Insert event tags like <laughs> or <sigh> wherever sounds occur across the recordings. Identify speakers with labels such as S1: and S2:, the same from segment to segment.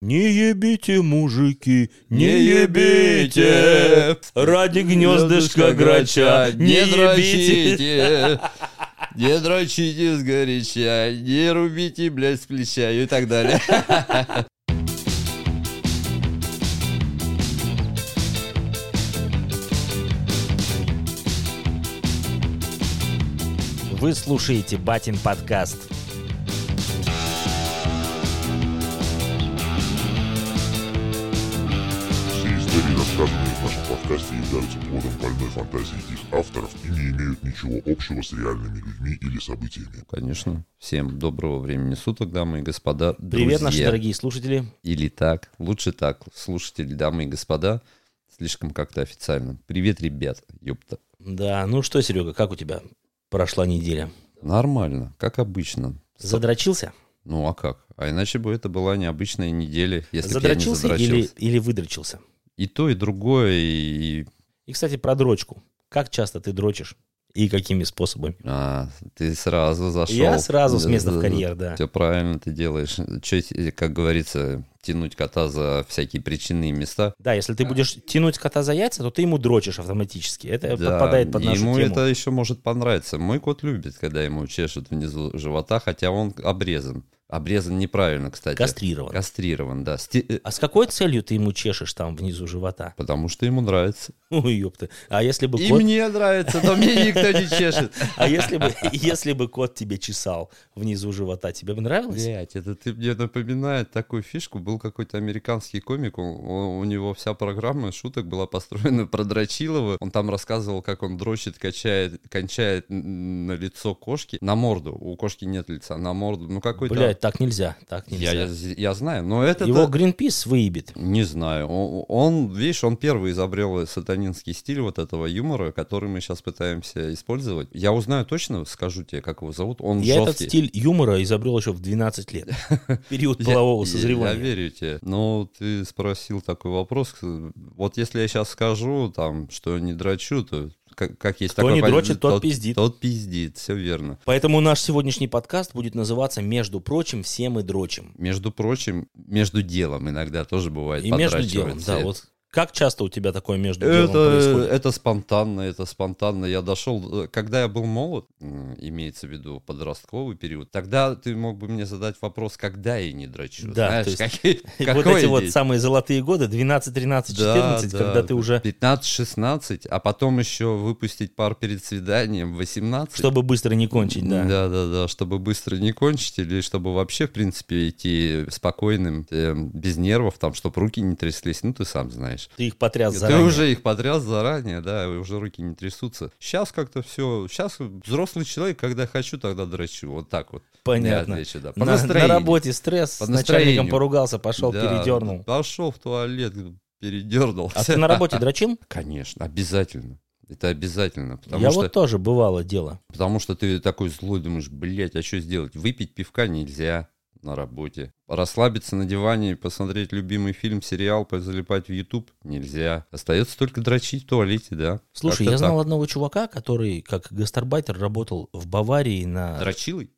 S1: Не ебите, мужики, не ебите,
S2: ебите!
S1: ради гнездышка грача, не ебите.
S2: дрочите! Не дрочите сгоряча, не рубите, блядь, с плеча и так далее.
S3: Вы слушаете Батин подкаст.
S4: Все истории, рассказанные в нашем подкасте, являются плодом больной фантазии их авторов и не имеют ничего общего с реальными людьми или событиями.
S2: Конечно. Всем доброго времени суток, дамы и господа.
S3: Привет,
S2: друзья.
S3: наши дорогие слушатели.
S2: Или так, лучше так, слушатели, дамы и господа. Слишком как-то официально. Привет, ребят, ёпта.
S3: Да, ну что, Серега, как у тебя прошла неделя?
S2: Нормально, как обычно.
S3: Задрочился?
S2: Ну а как? А иначе бы это была необычная неделя, если бы я не
S3: задрочился или,
S2: задрочился.
S3: или выдрочился?
S2: И то, и другое, и... и-
S3: И, кстати, про дрочку. Как часто ты дрочишь? И какими способами?
S2: А, ты сразу зашел.
S3: Я сразу с места в карьер, да.
S2: Все правильно ты делаешь. Че, те- как говорится, тянуть кота за всякие причины и места.
S3: Да, если ты будешь тянуть кота за яйца, то ты ему дрочишь автоматически. Это
S2: Да,
S3: подпадает под нашу
S2: ему
S3: тему.
S2: это еще может понравиться. Мой кот любит, когда ему чешут внизу живота, хотя он обрезан. Обрезан неправильно, кстати.
S3: Кастрирован.
S2: Кастрирован, да. Сте- э,
S3: А с какой целью ты ему чешешь там внизу живота? <laughs>
S2: Потому что ему нравится.
S3: Ой, ёпта. А если бы
S2: И
S3: кот...
S2: мне нравится, но мне никто не чешет.
S3: <laughs> А если бы, <laughs> если бы кот тебе чесал внизу живота, тебе бы нравилось?
S2: Блять, это ты мне напоминает такую фишку. Был какой-то американский комик, он- он- у него вся программа шуток была построена про Дрочилова. Он там рассказывал, как он дрочит, качает, кончает н- на лицо кошки, на морду. У кошки нет лица, на морду. Ну какой-то...
S3: Блять, так нельзя, так
S2: я,
S3: нельзя.
S2: я, з- я знаю, но это...
S3: Его Гринпис выебет.
S2: Не знаю. О- Он, видишь, он первый изобрел сатанинский стиль вот этого юмора, который мы сейчас пытаемся использовать. Я узнаю точно, скажу тебе, как его зовут. Он
S3: Я этот
S2: жесткий.
S3: стиль юмора изобрел еще в 12
S2: <laughs>
S3: лет. Период
S2: Я-
S3: полового
S2: я- Я,
S3: созревания.
S2: верю тебе. Но ты спросил такой вопрос. Вот если я сейчас скажу, там, что не дрочу, то как, как есть
S3: Кто
S2: такое
S3: не
S2: понятие,
S3: дрочит, тот пиздит.
S2: Тот пиздит, все верно.
S3: Поэтому наш сегодняшний подкаст будет называться «Между прочим, все мы дрочим».
S2: Между прочим, между делом иногда тоже бывает
S3: И между делом,
S2: подрачивается.
S3: да, вот как часто у тебя такое между делом
S2: Это,
S3: происходит?
S2: это спонтанно, это спонтанно. Я дошел, э, когда я был молод, м, имеется в виду подростковый период, тогда ты мог бы мне задать вопрос, когда я не дрочу.
S3: Да,
S2: Знаешь,
S3: то есть
S2: какие-
S3: <laughs> Вот
S2: какой
S3: эти вот
S2: день?
S3: самые золотые годы, 12, 13, 14,
S2: Да,
S3: когда
S2: да.
S3: ты уже,
S2: 15-16, а потом еще выпустить пар перед свиданием 18.
S3: чтобы быстро не кончить, да.
S2: Да, да, да, чтобы быстро не кончить, или чтобы вообще, в принципе, идти спокойным, эм, без нервов, там, чтобы руки не тряслись, ну, ты сам знаешь.
S3: Ты их потряс
S2: Ты
S3: заранее.
S2: уже их потряс заранее, да, и уже руки не трясутся. Сейчас как-то все, сейчас взрослый человек, когда хочу, тогда дрочу, вот так вот.
S3: Понятно.
S2: Я отвечу, да. По
S3: На, на
S2: настроению.
S3: работе стресс,
S2: По
S3: с начальником
S2: настроению.
S3: поругался, пошел,
S2: Да,
S3: передернул.
S2: Пошел в туалет, передернул.
S3: А ты
S2: <laughs>
S3: на работе дрочил?
S2: Конечно, обязательно. Это обязательно, потому
S3: Я
S2: что...
S3: вот тоже бывало дело.
S2: Потому что ты такой злой, думаешь, блядь, а что сделать? Выпить пивка нельзя на работе. Расслабиться на диване, посмотреть любимый фильм, сериал, позалипать в YouTube нельзя. Остается только дрочить в туалете, да.
S3: Слушай,
S2: Как-то
S3: я знал одного чувака, который как гастарбайтер работал в Баварии
S2: так.
S3: на...
S2: Дрочилый?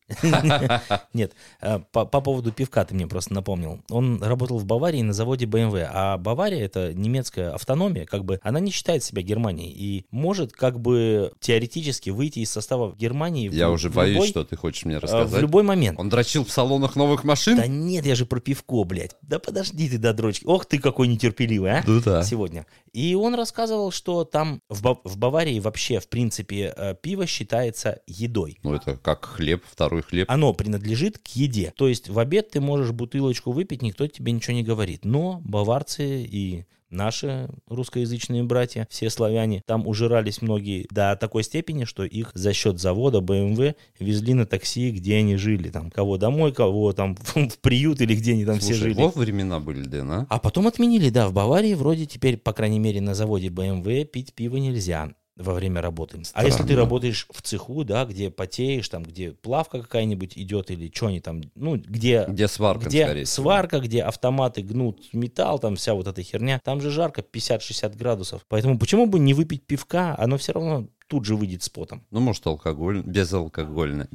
S3: Нет, э, по, по поводу пивка ты мне просто напомнил. Он работал в Баварии на заводе BMW, а Бавария это немецкая автономия, как бы она не считает себя Германией и может как бы теоретически выйти из состава Германии в-
S2: Я уже
S3: в
S2: боюсь,
S3: любой-
S2: что ты хочешь мне
S3: э, в
S2: рассказать.
S3: любой момент.
S2: Он дрочил в салонах новых машин?
S3: Да нет, я же про пивко, блядь. Да подожди ты до дрочки. Ох ты какой нетерпеливый, а?
S2: Ну да.
S3: Сегодня. И он рассказывал, что там в, Ба- в Баварии вообще, в принципе, э, пиво считается едой.
S2: Ну это как хлеб, второй хлеб.
S3: Оно принадлежит к еде. То есть в обед ты можешь бутылочку выпить, никто тебе ничего не говорит. Но баварцы и наши русскоязычные братья, все славяне, там ужирались многие до такой степени, что их за счет завода BMW везли на такси, где они жили. Там кого домой, кого там <laughs> в приют или где они там все
S2: Слушай,
S3: жили.
S2: вот времена были, Дэн, а?
S3: А потом отменили, да, в Баварии вроде теперь, по крайней мере, на заводе BMW пить пиво нельзя во время работы. А если ты
S2: Странно.
S3: работаешь в цеху, да, где потеешь, там, где плавка какая-нибудь идет или что они там, ну, где,
S2: Где сварка, скорее
S3: где
S2: всего.
S3: сварка, где автоматы гнут металл, там вся вот эта херня, там же жарко 50-60 градусов. Поэтому почему бы не выпить пивка, оно все равно тут же выйдет с потом.
S2: Ну, может, алкоголь, безалкогольное,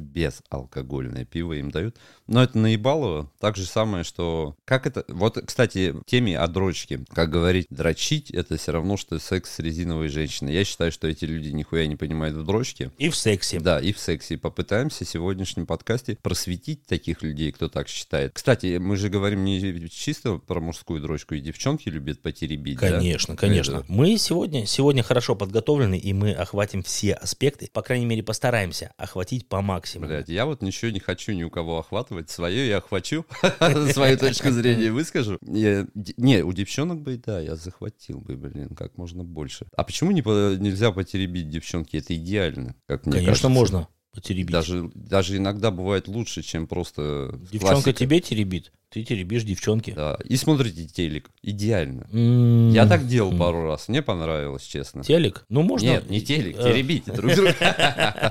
S2: безалкогольное пиво им дают. Но это наебалово. Так же самое, что... Как это... Вот, кстати, в теме о дрочке. Как говорить, дрочить — это все равно, что секс с резиновой женщиной. Я считаю, что эти люди нихуя не понимают в дрочке.
S3: И в сексе.
S2: Да, и в сексе. Попытаемся в сегодняшнем подкасте просветить таких людей, кто так считает. Кстати, мы же говорим не чисто про мужскую дрочку, и девчонки любят потеребить. да?
S3: Конечно, конечно.
S2: Это-
S3: Мы сегодня, сегодня хорошо подготовлены, и мы охватим все аспекты. По крайней мере, постараемся охватить по максимуму.
S2: Блядь, я вот ничего не хочу ни у кого охватывать. Свое я охвачу, <laughs> свою точку зрения выскажу. Я- д- Не, у девчонок бы, да, я захватил бы, блин, как можно больше. А почему не по- нельзя потеребить девчонки? Это идеально, как мне
S3: Конечно,
S2: кажется.
S3: можно потеребить.
S2: Даже, даже иногда бывает лучше, чем просто
S3: Девчонка
S2: классика.
S3: тебе теребит, ты теребишь девчонки.
S2: Да. И смотрите телек. Идеально.
S3: М,
S2: Я так делал
S3: М.
S2: пару раз, мне понравилось, честно.
S3: М-м-м. Телек? Ну, можно...
S2: Нет, не телек,
S3: Э,
S2: теребить друг друга.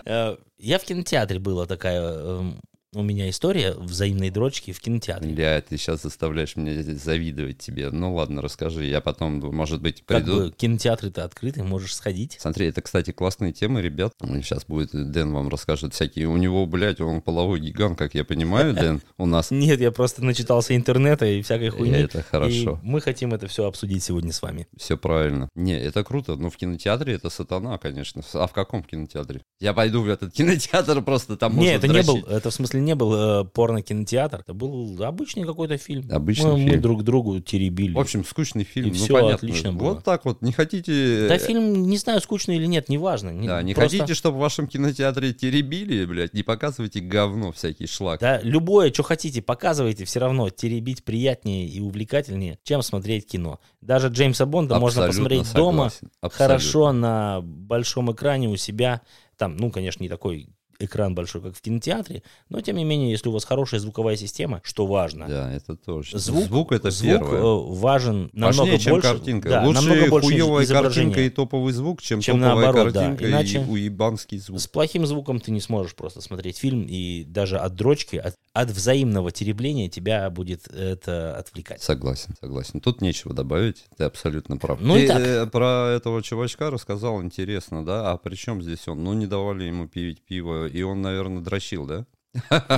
S3: э, Я в кинотеатре была такая... эм, У меня история взаимной дрочки в кинотеатре.
S2: Бля, а ты сейчас заставляешь меня здесь завидовать тебе. Ну ладно, расскажи, я потом, может быть,
S3: Как
S2: приду.
S3: бы кинотеатры-то открыты, можешь сходить.
S2: Смотри, это, кстати, классные темы, ребят. Сейчас будет, Дэн вам расскажет всякие. У него, блядь, он половой гигант, как я понимаю, Дэн,
S3: <laughs>
S2: у нас.
S3: Нет, я просто начитался интернета и всякой хуйни.
S2: Это хорошо.
S3: И мы хотим это все обсудить сегодня с вами.
S2: Все правильно. Не, это круто, но в кинотеатре это сатана, конечно. А в каком кинотеатре? Я пойду в этот кинотеатр просто там
S3: не,
S2: А можно
S3: это не был,
S2: дрочить.
S3: это в смысле не был э, порно-кинотеатр, это был обычный какой-то фильм.
S2: Обычный
S3: мы, мы
S2: фильм.
S3: друг другу теребили.
S2: В общем, скучный фильм,
S3: И
S2: ну
S3: всё
S2: понятно.
S3: отлично было.
S2: вот так вот, не хотите...
S3: да фильм, не знаю, скучный или нет, неважно. Не-
S2: э, Да, не
S3: просто-
S2: хотите, чтобы в вашем кинотеатре теребили, блядь, не показывайте говно всякий шлак.
S3: Да, любое, что хотите, показывайте, все равно теребить приятнее и увлекательнее, чем смотреть кино. Даже Джеймса Бонда можно
S2: Абсолютно
S3: посмотреть дома,
S2: согласен, абсолютно.
S3: хорошо на большом экране у себя. Там, ну, конечно, не такой экран большой, как в кинотеатре, но тем не менее, если у вас хорошая звуковая система, что важно,
S2: Да, это точно.
S3: Звук,
S2: это
S3: звук
S2: первое.
S3: э, важен намного
S2: Важнее, чем
S3: больше.
S2: картинка.
S3: да,
S2: Лучше
S3: намного больше
S2: хуевая
S3: изображения.
S2: картинка и топовый звук, чем,
S3: Чем
S2: топовая
S3: наоборот, да.
S2: картинка
S3: Иначе-
S2: и уебанский звук.
S3: С плохим звуком ты не сможешь просто смотреть фильм, и даже от дрочки, от, от взаимного теребления тебя будет это
S2: <laughs>
S3: отвлекать.
S2: Согласен, согласен. Тут нечего добавить, ты абсолютно прав.
S3: Ну и
S2: Ты,
S3: так.
S2: э, про этого чувачка рассказал интересно, да? А при чем здесь он? Ну, не давали ему пить пиво, и он, наверное, дрочил, да?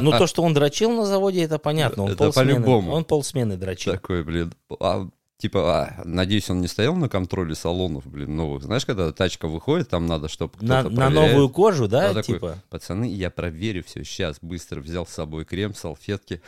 S3: Ну, то, что он дрочил на заводе, это понятно. Он
S2: Это
S3: полсмены-
S2: по-любому.
S3: Он полсмены дрочил.
S2: Такой, блин, а, типа, а, надеюсь, он не стоял на контроле салонов, блин, новых. Знаешь, когда тачка выходит, там надо, чтобы кто-то
S3: На, на
S2: проверяет.
S3: новую кожу, да,
S2: Я такой,
S3: типа.
S2: Пацаны, я проверю все сейчас. Быстро взял с собой крем, салфетки.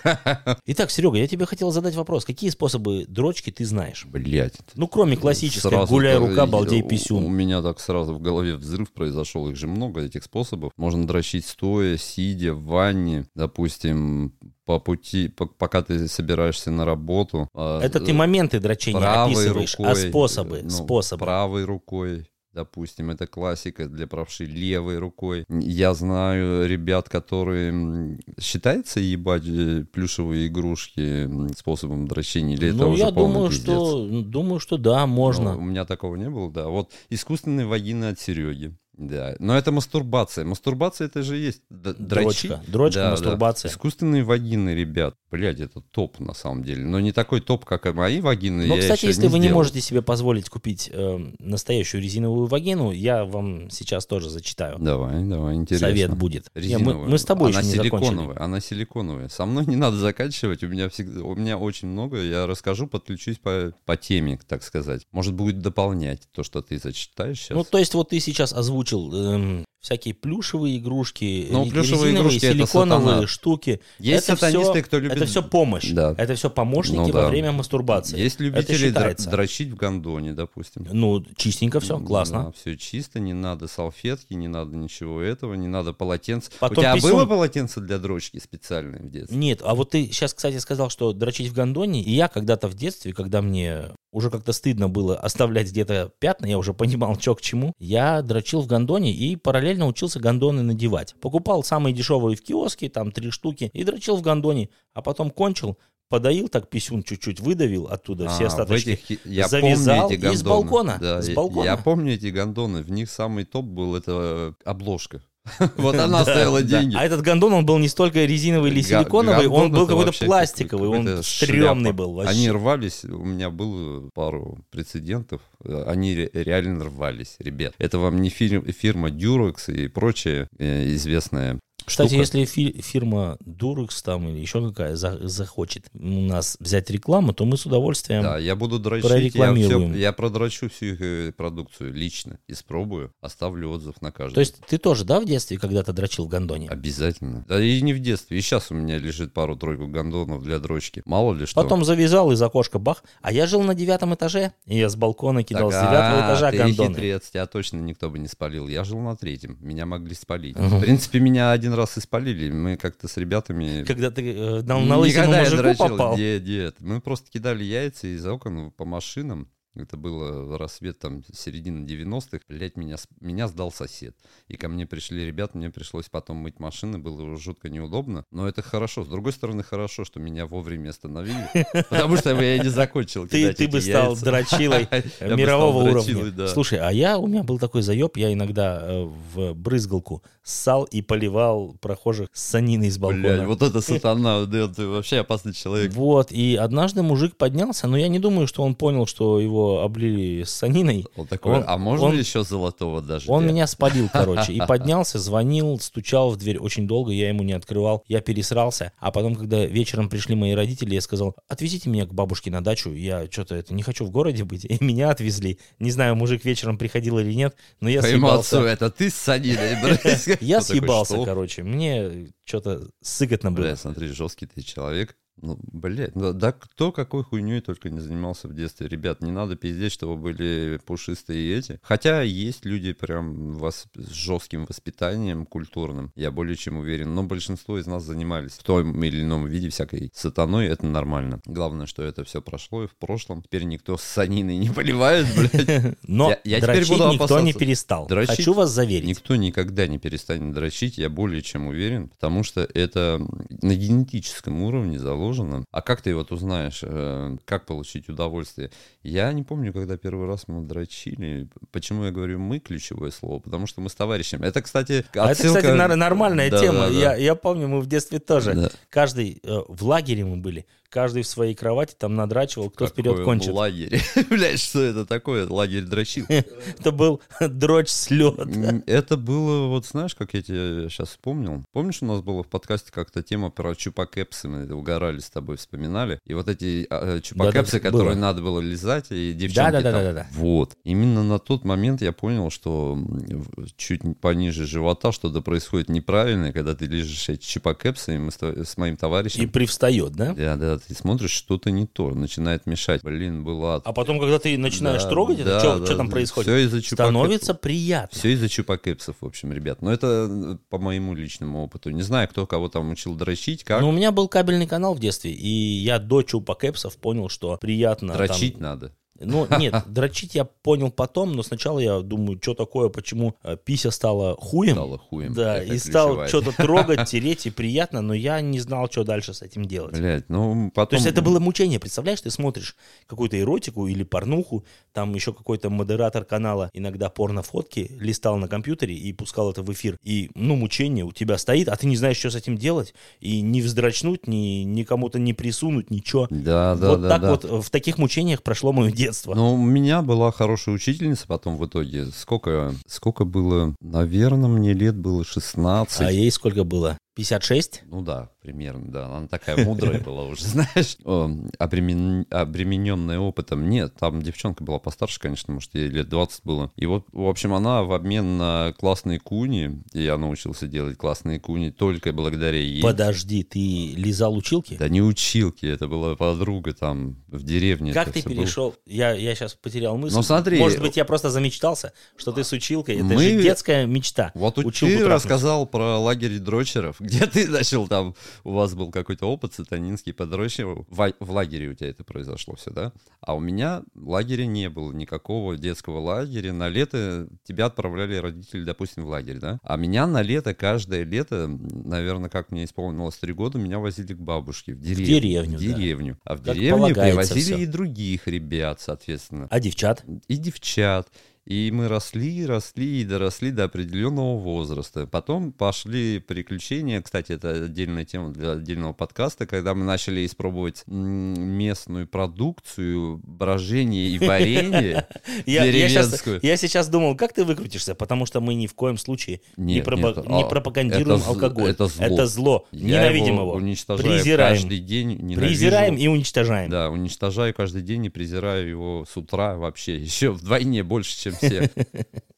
S3: Итак, Серега, я тебе хотел задать вопрос. Какие способы дрочки ты знаешь?
S2: Блять.
S3: Ну, кроме классической «гуляй рука, балдей писюн».
S2: У, меня так сразу в голове взрыв произошел. Их же много, этих способов. Можно дрочить стоя, сидя, в ванне, допустим, по пути, по- пока ты собираешься на работу. А,
S3: Это ты
S2: э,
S3: моменты дрочения
S2: правой
S3: описываешь,
S2: рукой,
S3: а способы,
S2: э, ну,
S3: способы.
S2: Правой рукой, допустим, это классика для правши левой рукой. Я знаю ребят, которые м, считается ебать э, плюшевые игрушки м, способом дрочения, или это
S3: ну,
S2: уже
S3: я
S2: полный
S3: думаю,
S2: пиздец?
S3: что ну, думаю, что да, можно.
S2: Ну, у меня такого не было, да. Вот искусственные вагины от Сереги. Да, но это мастурбация. Мастурбация это же и есть д- дрочить.
S3: Дрочка, дрочка,
S2: Да, да.
S3: мастурбация.
S2: Искусственные вагины, ребят. Блядь, это топ на самом деле. Но не такой топ, как и мои
S3: Но,
S2: вагины. я
S3: Ну, кстати,
S2: ещё
S3: если вы не
S2: сделал.
S3: можете себе позволить купить э, настоящую резиновую вагину, я вам сейчас тоже зачитаю.
S2: Давай, давай, интересно.
S3: типа. Совет будет. Не, мы,
S2: Резиновая.
S3: мы с тобой
S2: она
S3: еще не
S2: силиконовая,
S3: закончили.
S2: Она силиконовая. Со мной не надо заканчивать. У меня всегда, у меня очень много. Я расскажу, подключусь по, по теме, так сказать. Может, будет дополнять то, что ты зачитаешь сейчас.
S3: Ну, то есть вот ты сейчас озвучил эм, всякие плюшевые игрушки,
S2: Ну,
S3: ре-
S2: плюшевые
S3: резиновые,
S2: игрушки это
S3: силиконовые
S2: сатана.
S3: штуки.
S2: Есть
S3: это
S2: сатанисты,
S3: всё-
S2: кто любит-
S3: Это все помощь.
S2: Да.
S3: Это все помощники
S2: Ну,
S3: во
S2: да.
S3: время мастурбации.
S2: Есть
S3: это
S2: любители др-
S3: считается.
S2: дрочить в гондоне, допустим.
S3: Ну, чистенько все, классно.
S2: все чисто, не надо салфетки, не надо ничего этого, не надо полотенца.
S3: Потом
S2: У тебя
S3: писюн.
S2: было полотенце для дрочки специальное в детстве?
S3: Нет, а вот ты сейчас, кстати, сказал, что дрочить в гондоне, и я когда-то в детстве, когда мне уже как-то стыдно было оставлять где-то пятна, я уже понимал, что к чему, я дрочил в гондоне и параллельно учился гондоны надевать. Покупал самые дешевые в киоске, там три штуки, и дрочил в гондоне, а потом кончил, подоил так писюн чуть-чуть, выдавил оттуда все
S2: А,
S3: остаточки.
S2: в этих хи- я
S3: завязал
S2: помню эти
S3: и с
S2: гондоны.
S3: балкона,
S2: Да,
S3: с
S2: я-
S3: балкона.
S2: Я помню эти гондоны. В них самый топ был это обложка. <laughs> Вот она
S3: <laughs> Да,
S2: стоила
S3: да.
S2: деньги.
S3: А этот гондон, он был не столько резиновый или
S2: Га-
S3: силиконовый, он
S2: гандон
S3: был
S2: это
S3: какой-то
S2: вообще
S3: пластиковый, он
S2: какой-то
S3: стрёмный
S2: шляпа.
S3: был
S2: Они
S3: вообще.
S2: рвались, у меня было пару прецедентов, э, они ре- реально рвались, ребят. Это вам не фирм- фирма Durex и прочее э, известная
S3: Кстати,
S2: штука.
S3: если фи- фирма Durex там или еще какая за- захочет у нас взять рекламу, то мы с удовольствием.
S2: Да, я буду дрочить. Я,
S3: прорекламируем.
S2: всё- я продрочу всю их э, продукцию лично, испробую, оставлю отзыв на каждую.
S3: То есть ты тоже, да, в детстве когда-то дрочил в гондоне?
S2: Обязательно. Да и не в детстве. И сейчас у меня лежит пару-тройку гондонов для дрочки. Мало ли что.
S3: Потом завязал из окошка бах. А я жил на девятом этаже, и я с балкона
S2: Так,
S3: кидал с
S2: а,
S3: девятого этажа
S2: ты
S3: гондоны.
S2: хитрец, тебя точно никто бы не спалил. Я жил на третьем, меня
S3: <laughs>
S2: могли спалить.
S3: Мгм.
S2: В принципе, меня один раз и спалили. Мы как-то с ребятами...
S3: Когда ты э, на, на лысину
S2: Никогда я
S3: мужику
S2: дрочил.
S3: попал.
S2: Нет, нет. Мы просто кидали яйца из окон по машинам. Это было рассвет там середина 90-х. Блять, меня, с- меня сдал сосед. И ко мне пришли ребята, мне пришлось потом мыть машины, было уже жутко неудобно. Но это хорошо. С другой стороны, хорошо, что меня
S3: <laughs>
S2: вовремя остановили, потому что я не закончил
S3: Ты,
S2: кидать
S3: ты
S2: эти
S3: бы стал
S2: типа, яйца.
S3: дрочилой
S2: <laughs> Я бы стал
S3: мирового
S2: дрочилой,
S3: уровня.
S2: да.
S3: Слушай, а я у меня был такой заеб, я иногда э, в брызгалку ссал и поливал прохожих саниной из балкона.
S2: Блядь, вот это сатана, да, ты вообще опасный человек.
S3: Вот, и однажды мужик поднялся, но я не думаю, что он понял, что его облили саниной.
S2: Он такой,
S3: Он-
S2: а можно
S3: он-
S2: еще золотого даже?
S3: Он меня спалил, короче,
S2: <laughs>
S3: и поднялся, звонил, стучал в дверь очень долго, я ему не открывал, я пересрался. А потом, когда вечером пришли мои родители, я сказал, отвезите меня к бабушке на дачу, я что-то это не хочу в городе быть. И меня отвезли. Не знаю, мужик вечером приходил или нет, но я съебался.
S2: это ты с саниной, блядь.
S3: <laughs> Я
S2: Он такой,
S3: съебался,
S2: «Что,
S3: короче. Мне что-то сыкотно было.
S2: Бля, смотри, жесткий ты человек. Ну, блядь, ну, да кто какой хуйней только не занимался в детстве. Ребят, не надо пиздеть, чтобы были пушистые эти. Хотя есть люди прям вас с жестким воспитанием культурным, я более чем уверен. Но большинство из нас занимались в том или ином виде всякой сатаной, это нормально. Главное, что это все прошло и в прошлом. Теперь никто с саниной не поливает, блядь.
S3: <laughs> Но
S2: Я- я теперь
S3: дрочить
S2: буду
S3: никто не
S2: опасаться.
S3: перестал.
S2: Дрочить
S3: Хочу вас заверить.
S2: Никто никогда не перестанет дрочить, я более чем уверен, потому что это на генетическом уровне заложено. А как ты вот узнаешь, э, как получить удовольствие? Я не помню, когда первый раз мы дрочили. Почему я говорю «мы» ключевое слово? Потому что мы с товарищами. Это, кстати,
S3: А это, кстати,
S2: отсылка-
S3: нар- нормальная
S2: Да,
S3: тема.
S2: да, да.
S3: Я, я помню, мы в детстве тоже.
S2: Да.
S3: Каждый э, в лагере мы были, каждый в своей кровати там надрачивал, кто вперед
S2: Какой
S3: кончит.
S2: Лагерь. <laughs> Блядь, что это такое? Лагерь дрочил.
S3: Это был <laughs> дрочь <laughs> слет.
S2: М, Это было, вот знаешь, как я тебе сейчас вспомнил. Помнишь, у нас была в подкасте как-то тема про чупакепсы, мы это угорали с тобой, вспоминали. И вот эти а, э, чупакепсы,
S3: Да-да-да,
S2: которые
S3: было.
S2: надо было лизать, и девчонки
S3: Да-да-да,
S2: там.
S3: да-да-да.
S2: Вот. Именно на тот момент я понял, что м, в- чуть н- пониже живота что-то происходит неправильное, когда ты лежишь эти чупакепсы, и мы с, то- с моим
S3: И
S2: товарищем...
S3: привстает, да?
S2: Да, да, ты смотришь, что-то не то, начинает мешать. Блин, была...
S3: А потом, когда ты начинаешь трогать, это что там происходит?
S2: Все из-за чупакепсов.
S3: Становится приятно.
S2: Все из-за чупакепсов, в общем, ребят. Но это э, по моему личному опыту. Не знаю, кто кого там учил дрочить, как.
S3: Но Ну, у меня был кабельный канал в детстве, и я до Чупакепсов понял, что приятно. там-
S2: А, дрочить надо.
S3: Ну, нет, <laughs> дрочить я понял потом, но сначала я думаю, что такое, почему э, пися стала хуем.
S2: Стало хуем.
S3: Да,
S2: Это
S3: и стал
S2: ключевая. <laughs>
S3: что-то трогать, тереть, и приятно, но я не знал, что дальше с этим делать.
S2: Блядь, ну потом...
S3: То есть это было мучение, представляешь, ты смотришь какую-то эротику или порнуху, там еще какой-то модератор канала иногда порнофотки листал на компьютере и пускал это в эфир. И, ну, мучение у тебя стоит, а ты не знаешь, что с этим делать, и не вздрочнуть, ни, ни кому-то не присунуть, ничего.
S2: Да, да,
S3: вот
S2: да,
S3: так
S2: да. Ну,
S3: вот э, в таких мучениях прошло мое детство.
S2: Но у меня была хорошая учительница потом в итоге. Сколько, сколько было? Наверное, мне лет было 16.
S3: а ей сколько было? 56?
S2: Ну да, примерно, да. Она такая мудрая была уже, <laughs> знаешь. О, обремен- Обремененная опытом. Нет, там девчонка была постарше, конечно, может, ей лет 20 было. И вот, в общем, она в обмен на классные куни, и я научился делать классные куни только благодаря ей.
S3: Подожди, ты лизал училки?
S2: Да не училки, это была подруга там в деревне.
S3: Как
S2: это
S3: ты
S2: всё было.
S3: перешел? Я, я сейчас потерял мысль.
S2: Ну, смотри.
S3: Может быть, я просто замечтался, что ты с училкой. Это
S2: Мы-
S3: же детская мечта.
S2: Вот у-
S3: Училку
S2: ты
S3: трахнуть.
S2: рассказал про лагерь дрочеров, <laughs> где ты начал там, у вас был какой-то опыт сатанинский по дрочеру. В, в лагере у тебя это произошло все, да? А у меня лагеря не было, никакого детского лагеря. На лето тебя отправляли родители, допустим, в лагерь, да? А меня на лето, каждое лето, наверное, как мне исполнилось три года, меня возили к бабушке в деревню.
S3: деревню, да.
S2: В деревню. А в
S3: Как
S2: деревню
S3: полагается
S2: привозили
S3: всё.
S2: и других ребят, соответственно
S3: А девчат?
S2: и девчат. И мы росли, росли и доросли до определенного возраста. Потом пошли приключения. Кстати, это отдельная тема для отдельного подкаста, когда мы начали испробовать м, местную продукцию, брожение
S3: <laughs>
S2: и варенье
S3: Я, я сейчас,
S2: деревенскую.
S3: я сейчас думал, как ты выкрутишься, потому что мы ни в коем случае не,
S2: Нет,
S3: пропа-
S2: нет,
S3: не
S2: а,
S3: пропагандируем
S2: это з-
S3: алкоголь.
S2: это зло.
S3: зло.
S2: Я
S3: Ненавидим
S2: его
S3: его.
S2: уничтожаю
S3: презираем.
S2: каждый день. ненавижу.
S3: Презираем и уничтожаем.
S2: Да, уничтожаю каждый день и презираю его с утра вообще, <laughs> еще вдвойне больше, чем все.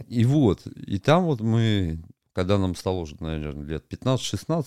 S2: И вот, и там вот мы, когда нам стало уже, наверное, лет 15-16,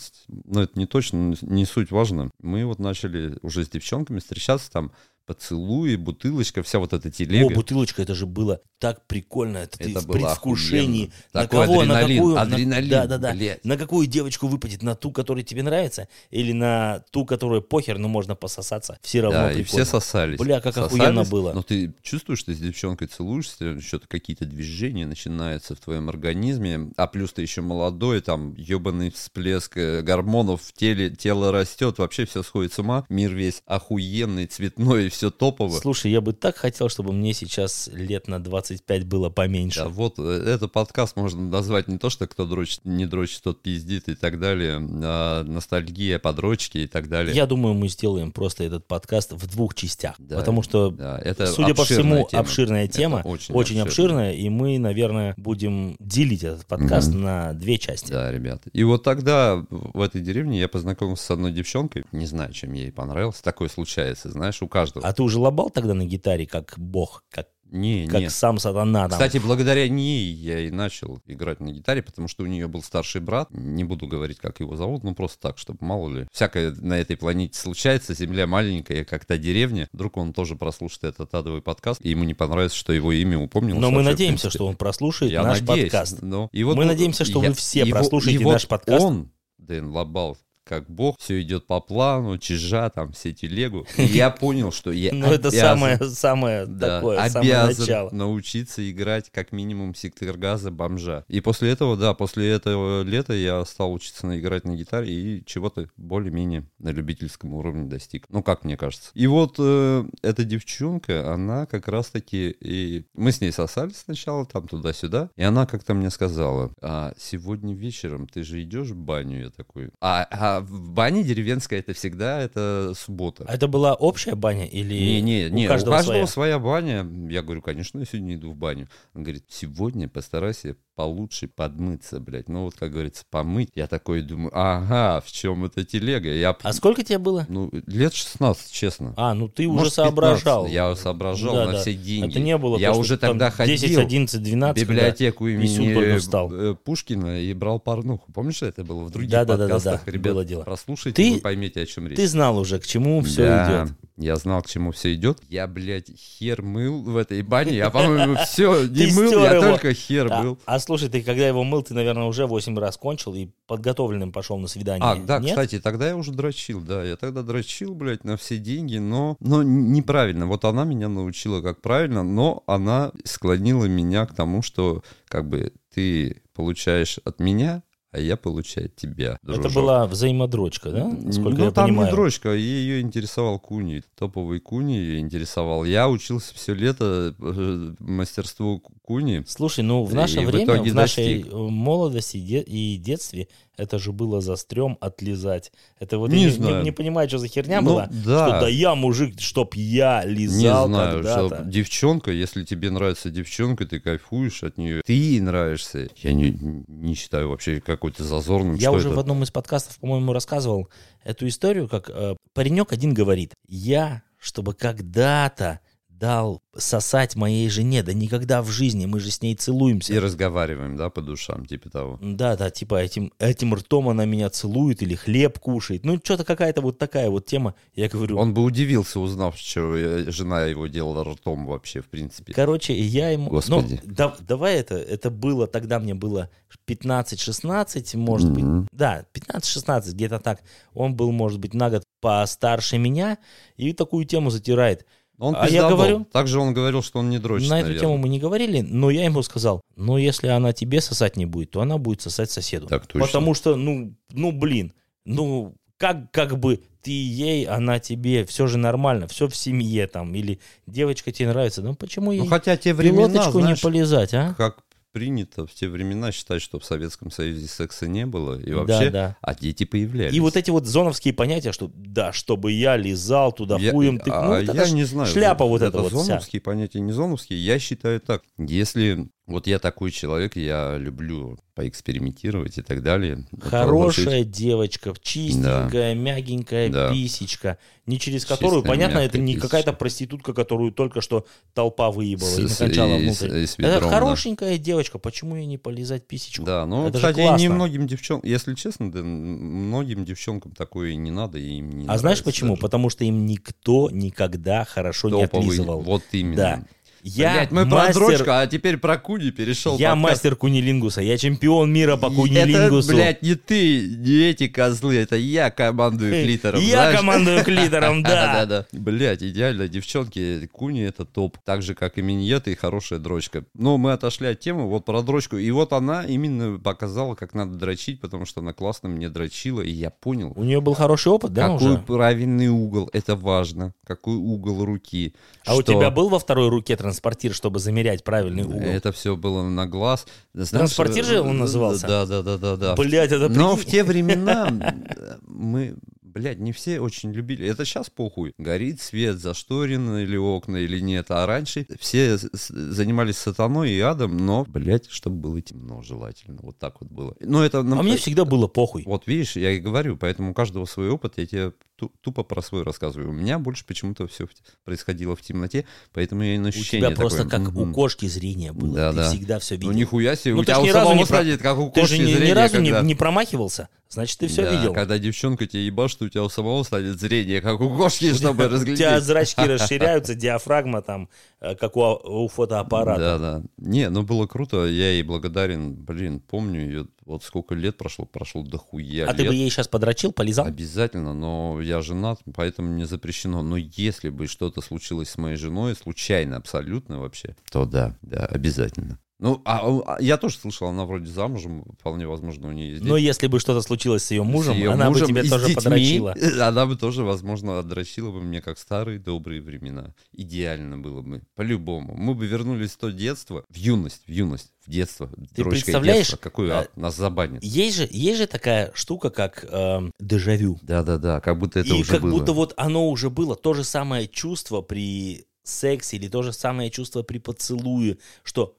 S2: но это не точно, не суть важно, мы вот начали уже с девчонками встречаться там, поцелуи, бутылочка, вся вот эта
S3: О,
S2: телега.
S3: бутылочка, это же было так прикольно. Это, ты
S2: Это
S3: в
S2: было
S3: предвкушении.
S2: охуенно.
S3: На
S2: Такой
S3: кого, на
S2: адреналин,
S3: какую. на-
S2: адреналин,
S3: да, да, да.
S2: блядь.
S3: На какую девочку выпадет? На ту, которая тебе нравится? Или на ту, которую похер, но можно пососаться? Все равно
S2: Да, и
S3: прикольно.
S2: все сосались.
S3: Бля, как
S2: Сосались,
S3: охуенно было.
S2: Но ты чувствуешь, ты с девчонкой целуешься, что-то какие-то движения начинаются в твоем организме, а плюс ты еще молодой, там ебаный всплеск э, гормонов в теле, тело растет, вообще все сходит с ума, мир весь охуенный, цветной, и все топово.
S3: Слушай, я бы так хотел, чтобы мне сейчас лет на 25 было
S2: Да,
S3: поменьше.
S2: вот э, этот подкаст можно назвать не то, что кто дрочит, не дрочит, тот пиздит и так далее, а ностальгия, подрочки и так далее.
S3: Я думаю, мы сделаем просто этот подкаст в двух частях.
S2: Да.
S3: потому что,
S2: Да, это
S3: судя по
S2: обширная
S3: всему,
S2: тема.
S3: обширная
S2: Это
S3: тема, очень,
S2: очень
S3: обширная, и мы, наверное, будем делить этот подкаст на две части.
S2: Да, ребят. И вот тогда в этой деревне я познакомился с одной девчонкой. Не знаю, чем ей понравилось. Такое случается, знаешь, у каждого.
S3: А ты уже лобал тогда на гитаре, как бог, как,
S2: Не,
S3: как
S2: не.
S3: сам сатана там?
S2: Кстати, благодаря ней я и начал играть на гитаре, потому что у нее был старший брат. Не буду говорить, как его зовут, ну просто так, чтобы мало ли. Всякое на этой планете случается, земля маленькая, как та деревня. Вдруг он тоже прослушает этот адовый подкаст, и ему не понравится, что его имя упомнилось.
S3: Но мы
S2: вообще, в
S3: надеемся,
S2: принципе.
S3: что он прослушает
S2: Я
S3: наш
S2: надеюсь,
S3: подкаст.
S2: но- и
S3: Мы надеемся, что вы все прослушаете
S2: вот
S3: наш подкаст.
S2: Он, Дэн Лабал, как бог, все идет по плану, чижа, там, все телегу. И я понял, что
S3: <laughs>
S2: я
S3: Ну, это
S2: обязан,
S3: самое, самое
S2: да,
S3: такое, самое
S2: обязан
S3: начало.
S2: научиться играть как минимум сектор бомжа. И после этого, да, после этого лета я стал учиться на- играть на гитаре и чего-то более-менее на любительском уровне достиг. Ну, как мне кажется. И вот э, эта девчонка, она как раз-таки... И... Мы с ней сосались сначала, там туда-сюда. И она как-то мне сказала, а сегодня вечером ты же идешь в баню? Я такой, а, а в бане деревенская это всегда, это суббота.
S3: А Это была общая баня или
S2: Не, не, не,
S3: у каждого своя?
S2: своя баня. Я говорю, конечно, я сегодня иду в баню. Он говорит, сегодня постарайся получше подмыться, блядь. Ну вот, как говорится, помыть. Я такой думаю, ага, в чем эта телега? Я, п-
S3: А сколько тебе было?
S2: ну, лет 16, честно.
S3: А, ну ты уже
S2: Может, 15.
S3: соображал.
S2: Я соображал
S3: Да,
S2: на
S3: да.
S2: все деньги.
S3: Это не было.
S2: Я
S3: то, что
S2: уже
S3: там
S2: тогда
S3: 10,
S2: ходил
S3: 11, 12.
S2: в библиотеку
S3: Висюн только встал.
S2: имени э, Пушкина и брал порнуху. Помнишь, это было в других
S3: Да-да-да-да-да,
S2: подкастах? Ребят,
S3: было дело.
S2: прослушайте,
S3: Ты-
S2: вы поймете, о чем речь.
S3: когда Ты знал уже, к <laughs> чему все
S2: Да,
S3: идет.
S2: Я знал, к чему все идет. Я, блядь, хер мыл в этой бане. Я, по-моему, все
S3: <laughs>
S2: не
S3: Ты
S2: мыл,
S3: стер
S2: я
S3: его.
S2: только хер
S3: А,
S2: мыл.
S3: а слушай, ты когда его мыл, ты, наверное, уже 8 раз кончил и подготовленным пошел на свидание.
S2: А, да,
S3: Нет?
S2: кстати, тогда я уже дрочил, да, я тогда дрочил, блядь, на все деньги, но, но неправильно. Вот она меня научила, как правильно, но она склонила меня к тому, что, как бы, ты получаешь от меня, а я получаю от тебя,
S3: Это
S2: дружок.
S3: была взаимодрочка, да? Насколько
S2: ну,
S3: я
S2: там
S3: понимаю.
S2: не дрочка, ее интересовал куни, топовый куни ее интересовал. Я учился все лето э, мастерству ку- куни.
S3: Слушай, ну в
S2: И
S3: наше
S2: в
S3: время, в,
S2: итоге
S3: нашей
S2: достиг.
S3: э, молодости де- и детстве это же было за стрём отлизать. Это вот
S2: Не
S3: я
S2: знаю.
S3: не понимаю, что за херня
S2: Ну,
S3: была.
S2: да.
S3: Что да я мужик, чтоб я
S2: Не
S3: лизал
S2: знаю,
S3: когда-то.
S2: что девчонка, если тебе нравится девчонка, ты кайфуешь от нее, ты ей нравишься. Я не, не считаю вообще какой-то зазорным,
S3: Я
S2: что
S3: уже
S2: это.
S3: в одном из подкастов, по-моему, рассказывал эту историю, как э, паренек один говорит, я, чтобы когда-то дал сосать моей жене, да никогда в жизни, мы же с ней
S2: И
S3: целуемся.
S2: разговариваем, да, по душам, типа того.
S3: Да, да, типа этим, этим ртом она меня целует или хлеб кушает. Ну, что-то какая-то вот такая вот тема. Я говорю,
S2: Он бы удивился, узнав, что э, жена его делала ртом вообще, в принципе.
S3: короче, я ему...
S2: Господи.
S3: Ну, да- давай это, это было, тогда мне было 15-16, может быть.
S2: Мгм.
S3: Да, 15-16, где-то так. Он был, может быть, на год постарше меня и такую тему затирает.
S2: Он
S3: А я
S2: пиздобол.
S3: говорю-
S2: Также он говорил, что он не дрочит,
S3: На эту
S2: наверное.
S3: тему мы не говорили, но я ему сказал, ну, если она тебе сосать не будет, то она будет сосать соседу.
S2: Так точно.
S3: Потому что, ну, ну, блин, ну, как, как бы ты ей, она тебе, все же нормально, все в семье там, или девочка тебе нравится, ну почему ей
S5: Ну, хотя те времена,
S3: пилоточку не
S5: знаешь,
S3: полезать, а?
S2: Как принято в те времена считать, что в Советском Союзе секса не было, и
S3: Да,
S2: вообще,
S3: да.
S2: а дети появлялись.
S3: И вот эти вот зоновские понятия, что да, чтобы я лизал туда
S2: Я-
S3: хуем, ты,
S2: а
S3: ну, вот это
S2: я
S3: ж
S2: не знаю.
S3: шляпа вот эта вот вся.
S2: зоновские понятия, не зоновские. Я считаю так. Если вот я такой человек, я люблю поэкспериментировать и так далее. Вот
S3: Хорошая
S2: разрушить-
S3: девочка, чистенькая, мягенькая
S2: Да.
S3: писечка, не через которую,
S2: Чистая,
S3: понятно, это
S2: мягкая
S3: не
S2: писечка.
S3: какая-то проститутка, которую только что толпа выебала и
S2: С- с-
S3: накончала
S2: и с-
S3: внутрь.
S2: и с
S3: это
S2: ведром, да.
S3: хорошенькая девочка, почему ей не полизать писечку?
S2: Да, ну,
S3: Это же
S2: кстати,
S3: классно.
S2: немногим девчонкам, если честно, да, м- многим девчонкам такое и не надо, и им не
S3: а знаешь
S2: нравится
S3: почему?
S2: даже.
S3: Потому что им никто никогда хорошо
S2: Топовый,
S3: не отлизывал.
S2: Вот именно.
S3: Да. Я
S2: Блядь, мы
S3: мастер,
S2: про дрочку, а теперь про куни перешел.
S3: я
S2: подкаст.
S3: мастер кунилингуса, я чемпион мира по кунилингусу.
S2: Это, блядь, не ты, не эти козлы, это я командую клитором.
S3: Я
S2: знаешь?
S3: командую
S2: <laughs>
S3: клитором, да.
S2: Да-да-да. Блядь, идеально, девчонки, куни это топ. Так же, как и миньет и хорошая дрочка. Но мы отошли от темы, вот про дрочку. И вот она именно показала, как надо дрочить, потому что она классно мне дрочила, и я понял,
S3: У нее был хороший опыт, да,
S2: какой
S3: уже?
S2: правильный угол, это важно, какой угол руки.
S3: А у
S2: что-
S3: тебя был во второй руке транспортир, чтобы замерять правильный угол?
S2: Это все было на глаз. Знаешь,
S3: Транспортир же он назывался?
S2: Да, да, да, да, да.
S3: Блять, это
S2: Но в
S3: прикинь.
S2: те времена э, мы, блядь, не все очень любили. Это сейчас похуй. Горит свет, зашторены или окна, или нет. А раньше все с- с- занимались сатаной и адом, но, блядь, чтобы было темно желательно. Вот так вот было. Но это... нам-
S3: А мне всегда было похуй.
S2: Вот видишь, я и говорю, поэтому у каждого свой опыт, я тебе ту- тупо про свой рассказываю. У меня больше почему-то все происходило в темноте, поэтому я и на
S3: У
S2: ощущение
S3: тебя просто
S2: такое,
S3: как у
S2: мгм.
S3: кошки зрение было.
S2: Да,
S3: ты
S2: да.
S3: всегда все видел.
S2: Ну нихуя себе,
S3: Ну,
S2: у
S3: ты ж
S2: тебя у
S3: ни разу
S2: самого
S3: не про-
S2: садит, как у
S3: ты
S2: кошки
S3: же ни, ни
S2: зрение,
S3: разу не-
S2: когда-
S3: не, промахивался, значит, ты все
S2: Да,
S3: видел.
S2: Когда девчонка тебя ебашит, у тебя у самого станет зрение, как у
S3: <laughs>
S2: кошки, чтобы
S3: У тебя
S2: разглядеть. <laughs>
S3: зрачки расширяются, диафрагма там, э, как у, а- у фотоаппарата.
S2: Да, да. Не, ну было круто, я ей благодарен. Блин, помню ее, вот сколько лет прошло, прошло дохуя
S3: а ты
S2: лет.
S3: бы ей сейчас подрочил, полизал?
S2: Обязательно, но я женат, поэтому мне запрещено. Но если бы что-то случилось с моей женой, случайно, абсолютно вообще, то да, да, обязательно. Ну, а, а я тоже слышал, она вроде замужем, вполне возможно, у нее есть
S3: Но
S2: дети.
S3: если бы что-то случилось с ее мужем,
S2: С её
S3: она
S2: мужем
S3: бы
S2: и
S3: тебе
S2: с
S3: тоже
S2: детьми.
S3: подрочила.
S2: <laughs> Она бы тоже, возможно, отдрочила бы мне, как старые добрые времена. Идеально было бы, по-любому. Мы бы вернулись в то детство, в юность, в юность, в детство.
S3: Ты
S2: дрочка и
S3: представляешь,
S2: детство. Какой
S3: а,
S2: ад нас забанит.
S3: Есть же, есть же такая штука, как эм, дежавю.
S2: Да-да-да, как будто это
S3: и
S2: уже
S3: как
S2: было.
S3: будто вот оно уже было, то же самое чувство при сексе или то же самое чувство при поцелуе, что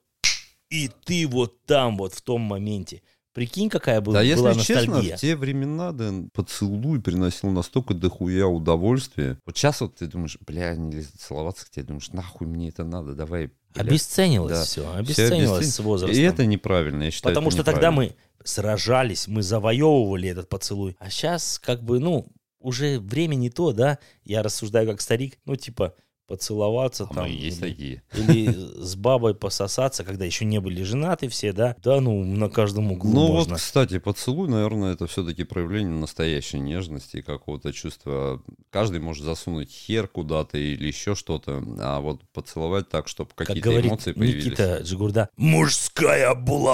S3: и ты вот там вот в том моменте. Прикинь, какая была,
S2: Да, если
S3: была
S2: честно,
S3: ностальгия.
S2: в те времена, да, поцелуй приносил настолько дохуя удовольствия. Вот сейчас вот ты думаешь, бля, нельзя целоваться к тебе, думаешь, нахуй мне это надо, давай.
S3: А
S2: бля.
S3: обесценилось
S2: Да.
S3: все,
S2: Всё
S3: обесценилось с
S2: обесцен-
S3: возрастом.
S2: И это неправильно, я считаю.
S3: Потому
S2: это
S3: что тогда
S2: неправильно.
S3: мы сражались, мы завоевывали этот поцелуй. А сейчас как бы, ну, уже время не то, да? Я рассуждаю как старик, ну, типа, поцеловаться
S2: А
S3: там.
S2: мы и есть
S3: или-
S2: такие.
S3: Или с бабой пососаться, когда еще не были женаты все, да? Да, ну, на каждом углу
S2: Ну
S3: можно.
S2: вот, кстати, поцелуй, наверное, это все-таки проявление настоящей нежности и какого-то чувства. Каждый может засунуть хер куда-то или еще что-то, а вот поцеловать так, чтобы
S3: как
S2: какие-то
S3: говорит
S2: эмоции появились.
S3: Никита Джигурда, мужская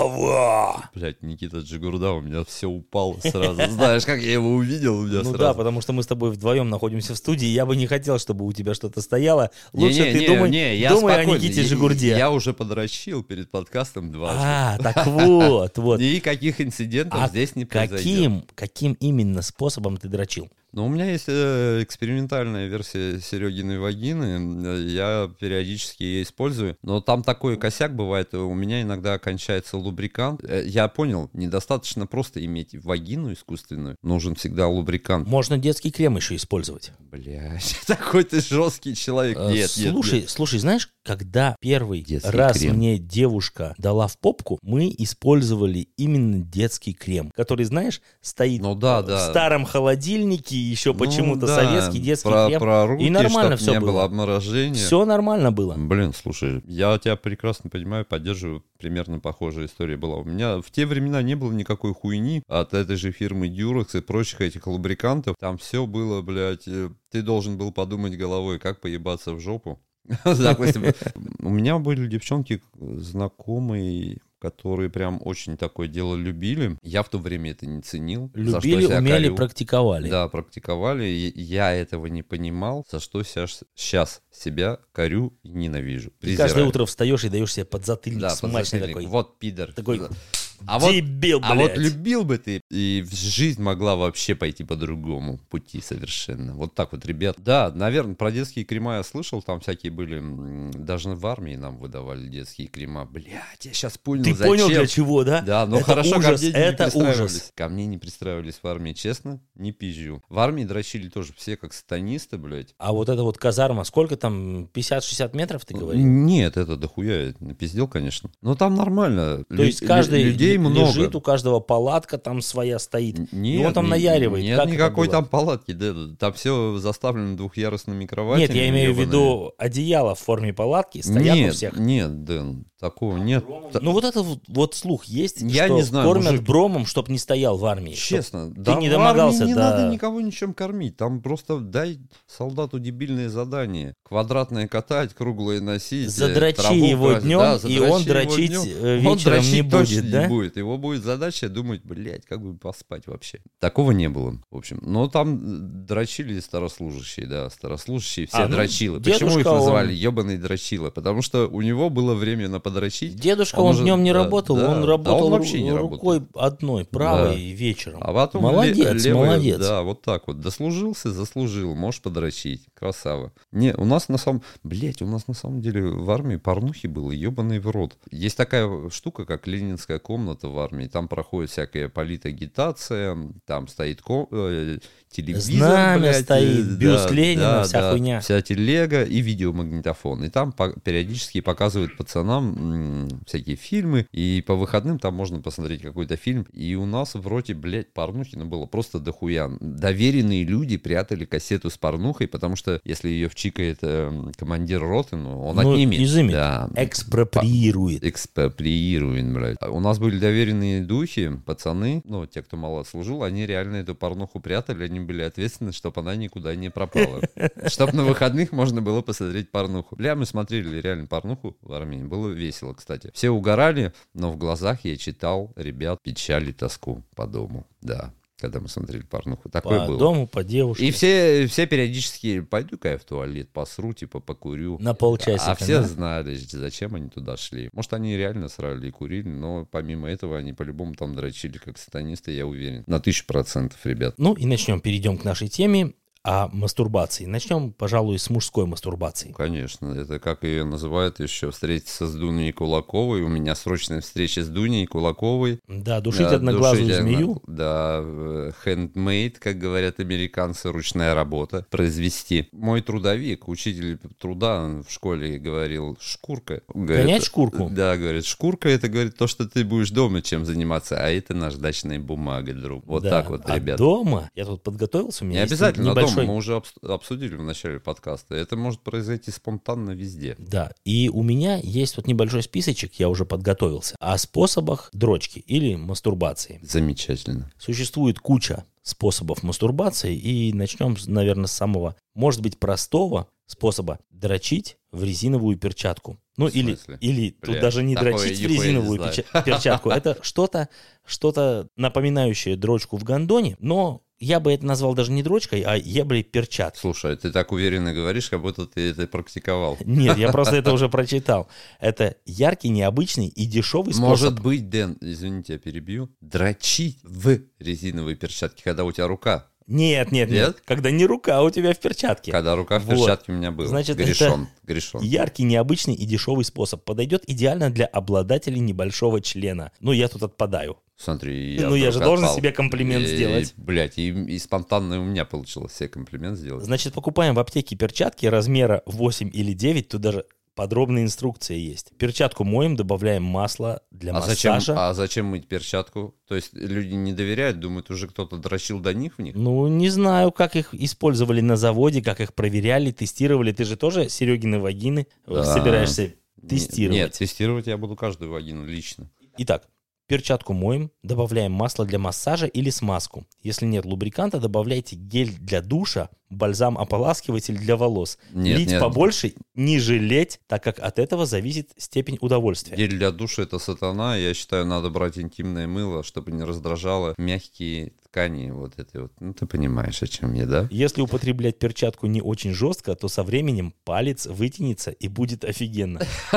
S3: булава!
S2: Блять, Никита Джигурда, у меня все упало сразу. Знаешь, как я его увидел, у меня
S3: ну да,
S2: сразу.
S3: потому что мы с тобой вдвоем находимся в студии, я бы не хотел, чтобы у тебя что-то стояло.
S2: Не,
S3: Лучше
S2: не,
S3: ты
S2: не,
S3: думай,
S2: не, я
S3: думай о
S2: спокойно.
S3: Никите
S2: Я-
S3: Джигурде.
S2: Я уже подрочил перед подкастом дважды.
S3: А, так вот, вот.
S2: <laughs> Никаких инцидентов
S3: А
S2: здесь не произойдет.
S3: Каким, каким именно способом ты дрочил?
S2: Но Ну, у меня есть э, экспериментальная версия Серегиной вагины. э, Я периодически ее использую. Но там такой косяк бывает. э, У меня иногда кончается лубрикант. Э, Я понял, недостаточно просто иметь вагину искусственную. Нужен всегда лубрикант.
S3: Можно детский крем еще использовать.
S2: Блять, <laughs> такой ты жесткий человек.
S3: Э,
S2: Нет, нет,
S3: слушай,
S2: нет.
S3: слушай, знаешь, когда первый
S2: Детский
S3: раз
S2: крем.
S3: мне девушка дала в попку, мы использовали именно детский крем, который, знаешь, стоит э,
S2: Ну да,
S3: в
S2: да.
S3: старом холодильнике, еще
S2: Ну
S3: почему-то
S2: да,
S3: советский детский
S2: про,
S3: крем.
S2: про руки,
S3: И нормально
S2: чтоб
S3: всё
S2: не
S3: было.
S2: было обморожения.
S3: Все нормально было.
S2: Блин, слушай, я тебя прекрасно понимаю, поддерживаю. Примерно похожая история была. У меня в те времена не было никакой хуйни от этой же фирмы Durex и прочих этих лубрикантов. Там все было, блядь, э, ты должен был подумать головой, как <laughs> поебаться в жопу. Допустим, у меня были девчонки э, знакомые, которые прям очень такое дело любили. Я в то время это не ценил. за что
S3: Любили,
S2: себя
S3: умели,
S2: корю.
S3: практиковали.
S2: Да, практиковали. и Я этого не понимал, за что сейчас себя корю и ненавижу.
S3: Ты
S2: презираю.
S3: каждое утро встаешь и даешь себе подзатыльник
S2: да,
S3: смачный
S2: подзатыльник.
S3: такой.
S2: Вот пидор.
S3: Такой,
S2: а вот,
S3: Дебил,
S2: а вот
S3: блядь.
S2: любил бы ты, и жизнь могла вообще пойти по другому пути совершенно. Вот так вот, ребят. Да, наверное, про детские крема я слышал, там всякие были, м, даже в армии нам выдавали детские крема. Блядь, я сейчас понял,
S3: Ты
S2: зачем.
S3: понял, для чего, да?
S2: Да, но
S3: Это
S2: хорошо, ко
S3: ужас,
S2: мне не
S3: это
S2: пристраивались.
S3: ужас.
S2: Ко мне не пристраивались в армии, честно, не пизжу. В армии дрочили тоже все как сатанисты, блядь.
S3: А вот эта вот казарма, сколько там, 50-60 метров, ты говоришь?
S2: Нет, это дохуя, пиздел, конечно. Но там нормально.
S3: То
S2: Лю-
S3: есть каждый
S2: лю-
S3: ле-
S2: людей много.
S3: лежит, у каждого палатка там своя стоит.
S2: Нет,
S3: он там
S2: ни-
S3: наяривает.
S2: Нет
S3: Как это
S2: никакой
S3: было?
S2: там палатки, да, да, там все заставлено двухъярусными кроватями.
S3: Нет, я имею в
S2: ёбаными.
S3: виду одеяло в форме палатки, стоят
S2: нет,
S3: у всех.
S2: Нет, Дэн, такого нет. Та-
S3: Ну вот это вот, вот слух есть,
S2: Я
S3: что
S2: не знаю,
S3: кормят
S2: мужик.
S3: бромом, чтобы не стоял в армии. чтоб-
S2: Честно, да,
S3: не
S2: в армии
S3: домогался
S2: не
S3: до-
S2: надо никого ничем кормить. Там просто дай солдату дебильные задания. Квадратные катать, круглые носить. э,
S3: Задрочи
S2: траву
S3: его
S2: красить.
S3: днем,
S2: Да,
S3: и
S2: задрочи
S3: он
S2: его
S3: дрочить
S2: днем.
S3: э,
S2: Он
S3: вечером не
S2: дрочить точно
S3: будет, да?
S2: не будет. Его будет задача думать, блядь, как бы поспать вообще. Такого не было, в общем. Но там э, дрочили старослужащие, да, старослужащие все
S3: А, ну,
S2: дрочилы. Почему
S3: дедушка
S2: их
S3: он-
S2: называли ебаные дрочилы? Потому что у него было время на подрочить.
S3: Дедушка,
S2: Он
S3: он,
S2: же-
S3: днем не
S2: да,
S3: работал,
S2: да, да,
S3: он
S2: он
S3: работал ру-
S2: вообще не
S3: рукой одной, правой
S2: Да.
S3: и вечером.
S2: А потом
S3: Молодец,
S2: ле- левый,
S3: молодец.
S2: Да, вот так вот. Дослужился, заслужил, можешь подрочить. Красава. Не, у нас на самом... Блять, у нас на самом деле в армии порнухи было, ебаный в рот. Есть такая штука, как ленинская комната в армии. Там проходит всякая политагитация, там стоит ко- э, телевизор,
S3: Знамя
S2: блядь,
S3: стоит,
S2: э,
S3: бюст Ленина, вся хуйня.
S2: Вся телега и видеомагнитофон. И там по- периодически показывают пацанам м, всякие фильмы. И по выходным там можно посмотреть какой-то фильм. И у нас вроде, блядь, порнухина было просто дохуя. Доверенные люди прятали кассету с порнухой, потому что если ее вчикает э, командир роты, ну, он
S3: Ну,
S2: отнимет.
S3: изымет.
S2: Да.
S3: Экспроприирует.
S2: Экспроприируем, блядь. А У нас были доверенные духи, пацаны, ну, те, кто мало служил, они реально эту порнуху прятали, они были ответственны, чтобы она никуда
S3: <laughs>
S2: не пропала. Чтоб на выходных можно было посмотреть порнуху. Бля, мы смотрели реально порнуху в армии. Было весело, кстати. Все угорали, но в глазах я читал ребят печаль и тоску по дому. Да, когда мы смотрели порнуху. Такое
S3: По
S2: было.
S3: дому, по девушке.
S2: И все, все периодически пойду-ка я в туалет, посру, типа покурю.
S3: На полчасика.
S2: А все
S3: да?
S2: знали, зачем они туда шли. Может, они реально срали и курили, но помимо этого они по-любому там дрочили, как сатанисты, я уверен. На тысячу процентов, ребят.
S3: Ну и начнем, перейдем к нашей теме о мастурбации. Начнем, пожалуй, с мужской мастурбации.
S2: Ну, Конечно, это как ее называют еще встретиться с Дуней Кулаковой. У меня срочная встреча с Дуней Кулаковой.
S3: Да, душить
S2: Да,
S3: одноглазую
S2: душить одно-
S3: змею.
S2: Да, хендмейд, как говорят американцы, ручная работа, произвести. Мой трудовик, учитель труда он в школе говорил, шкурка. Говорит, э,
S3: Гонять шкурку?
S2: Да, говорит, шкурка, это, говорит, то, что ты будешь дома чем заниматься, а это наждачная бумага, друг. Вот
S3: Да.
S2: так вот,
S3: А
S2: ребят.
S3: дома, я тут подготовился, у
S2: Не
S3: меня есть
S2: обязательно
S3: небольшой...
S2: дома, мы уже обс- обсудили в начале подкаста. Это может произойти спонтанно везде.
S3: Да, и у меня есть вот небольшой списочек, я уже подготовился, о способах дрочки или мастурбации.
S2: Замечательно.
S3: Существует куча способов мастурбации, и начнем, наверное, с самого, может быть, простого способа дрочить в резиновую перчатку. Ну
S2: В
S3: или,
S2: смысле?
S3: или тут
S2: Бля,
S3: даже не
S2: такое
S3: дрочить в
S2: нихуя не
S3: резиновую
S2: знаю.
S3: печа- перчатку.
S2: <laughs>
S3: Это что-то, что-то напоминающее дрочку в гондоне, но я бы это назвал даже не дрочкой, а я бы перчатку.
S2: Слушай, а ты так уверенно говоришь, как будто ты это практиковал.
S3: Нет,
S2: <laughs>
S3: я просто это уже прочитал. Это яркий, необычный и дешевый способ.
S2: Может быть, Дэн, извините, я перебью, дрочить в резиновой перчатке, когда у тебя рука.
S3: Нет, нет, нет,
S2: Нет?
S3: Когда не рука а у тебя в перчатке.
S2: Когда рука в
S3: Вот.
S2: перчатке у меня была.
S3: Значит, <laughs>
S2: грешон, грешон.
S3: Яркий, необычный и дешевый способ подойдет идеально для обладателей небольшого члена. Ну, я тут отпадаю.
S2: Смотри, я
S3: Ну, я
S2: вдруг
S3: же должен
S2: отпал.
S3: себе комплимент
S2: И-
S3: сделать.
S2: Блядь, и, и спонтанно у меня получилось себе комплимент сделать.
S3: Значит, покупаем в аптеке перчатки размера 8 или 9, тут даже подробная инструкция есть. Перчатку моем, добавляем масло для
S2: А зачем,
S3: массажа.
S2: а зачем мыть перчатку? То есть люди не доверяют, думают, уже кто-то дрочил до них в них?
S3: Ну, не знаю, как их использовали на заводе, как их проверяли, тестировали. Ты же тоже Серегины вагины э,
S2: Да.
S3: собираешься
S2: Не-
S3: тестировать.
S2: Нет, тестировать я буду каждую вагину лично.
S3: Итак, перчатку моем, добавляем масло для массажа или смазку. Если нет лубриканта, добавляйте гель для душа, бальзам-ополаскиватель для волос.
S2: Нет,
S3: Лить
S2: нет.
S3: побольше, не жалеть, так как от этого зависит степень удовольствия.
S2: Гель для душа это сатана. Я считаю, надо брать интимное мыло, чтобы не раздражало мягкие ткани вот эти вот. Ну, ты понимаешь, о чем я, да?
S3: Если употреблять перчатку не очень жестко, то со временем палец вытянется и будет офигенно.
S2: <laughs>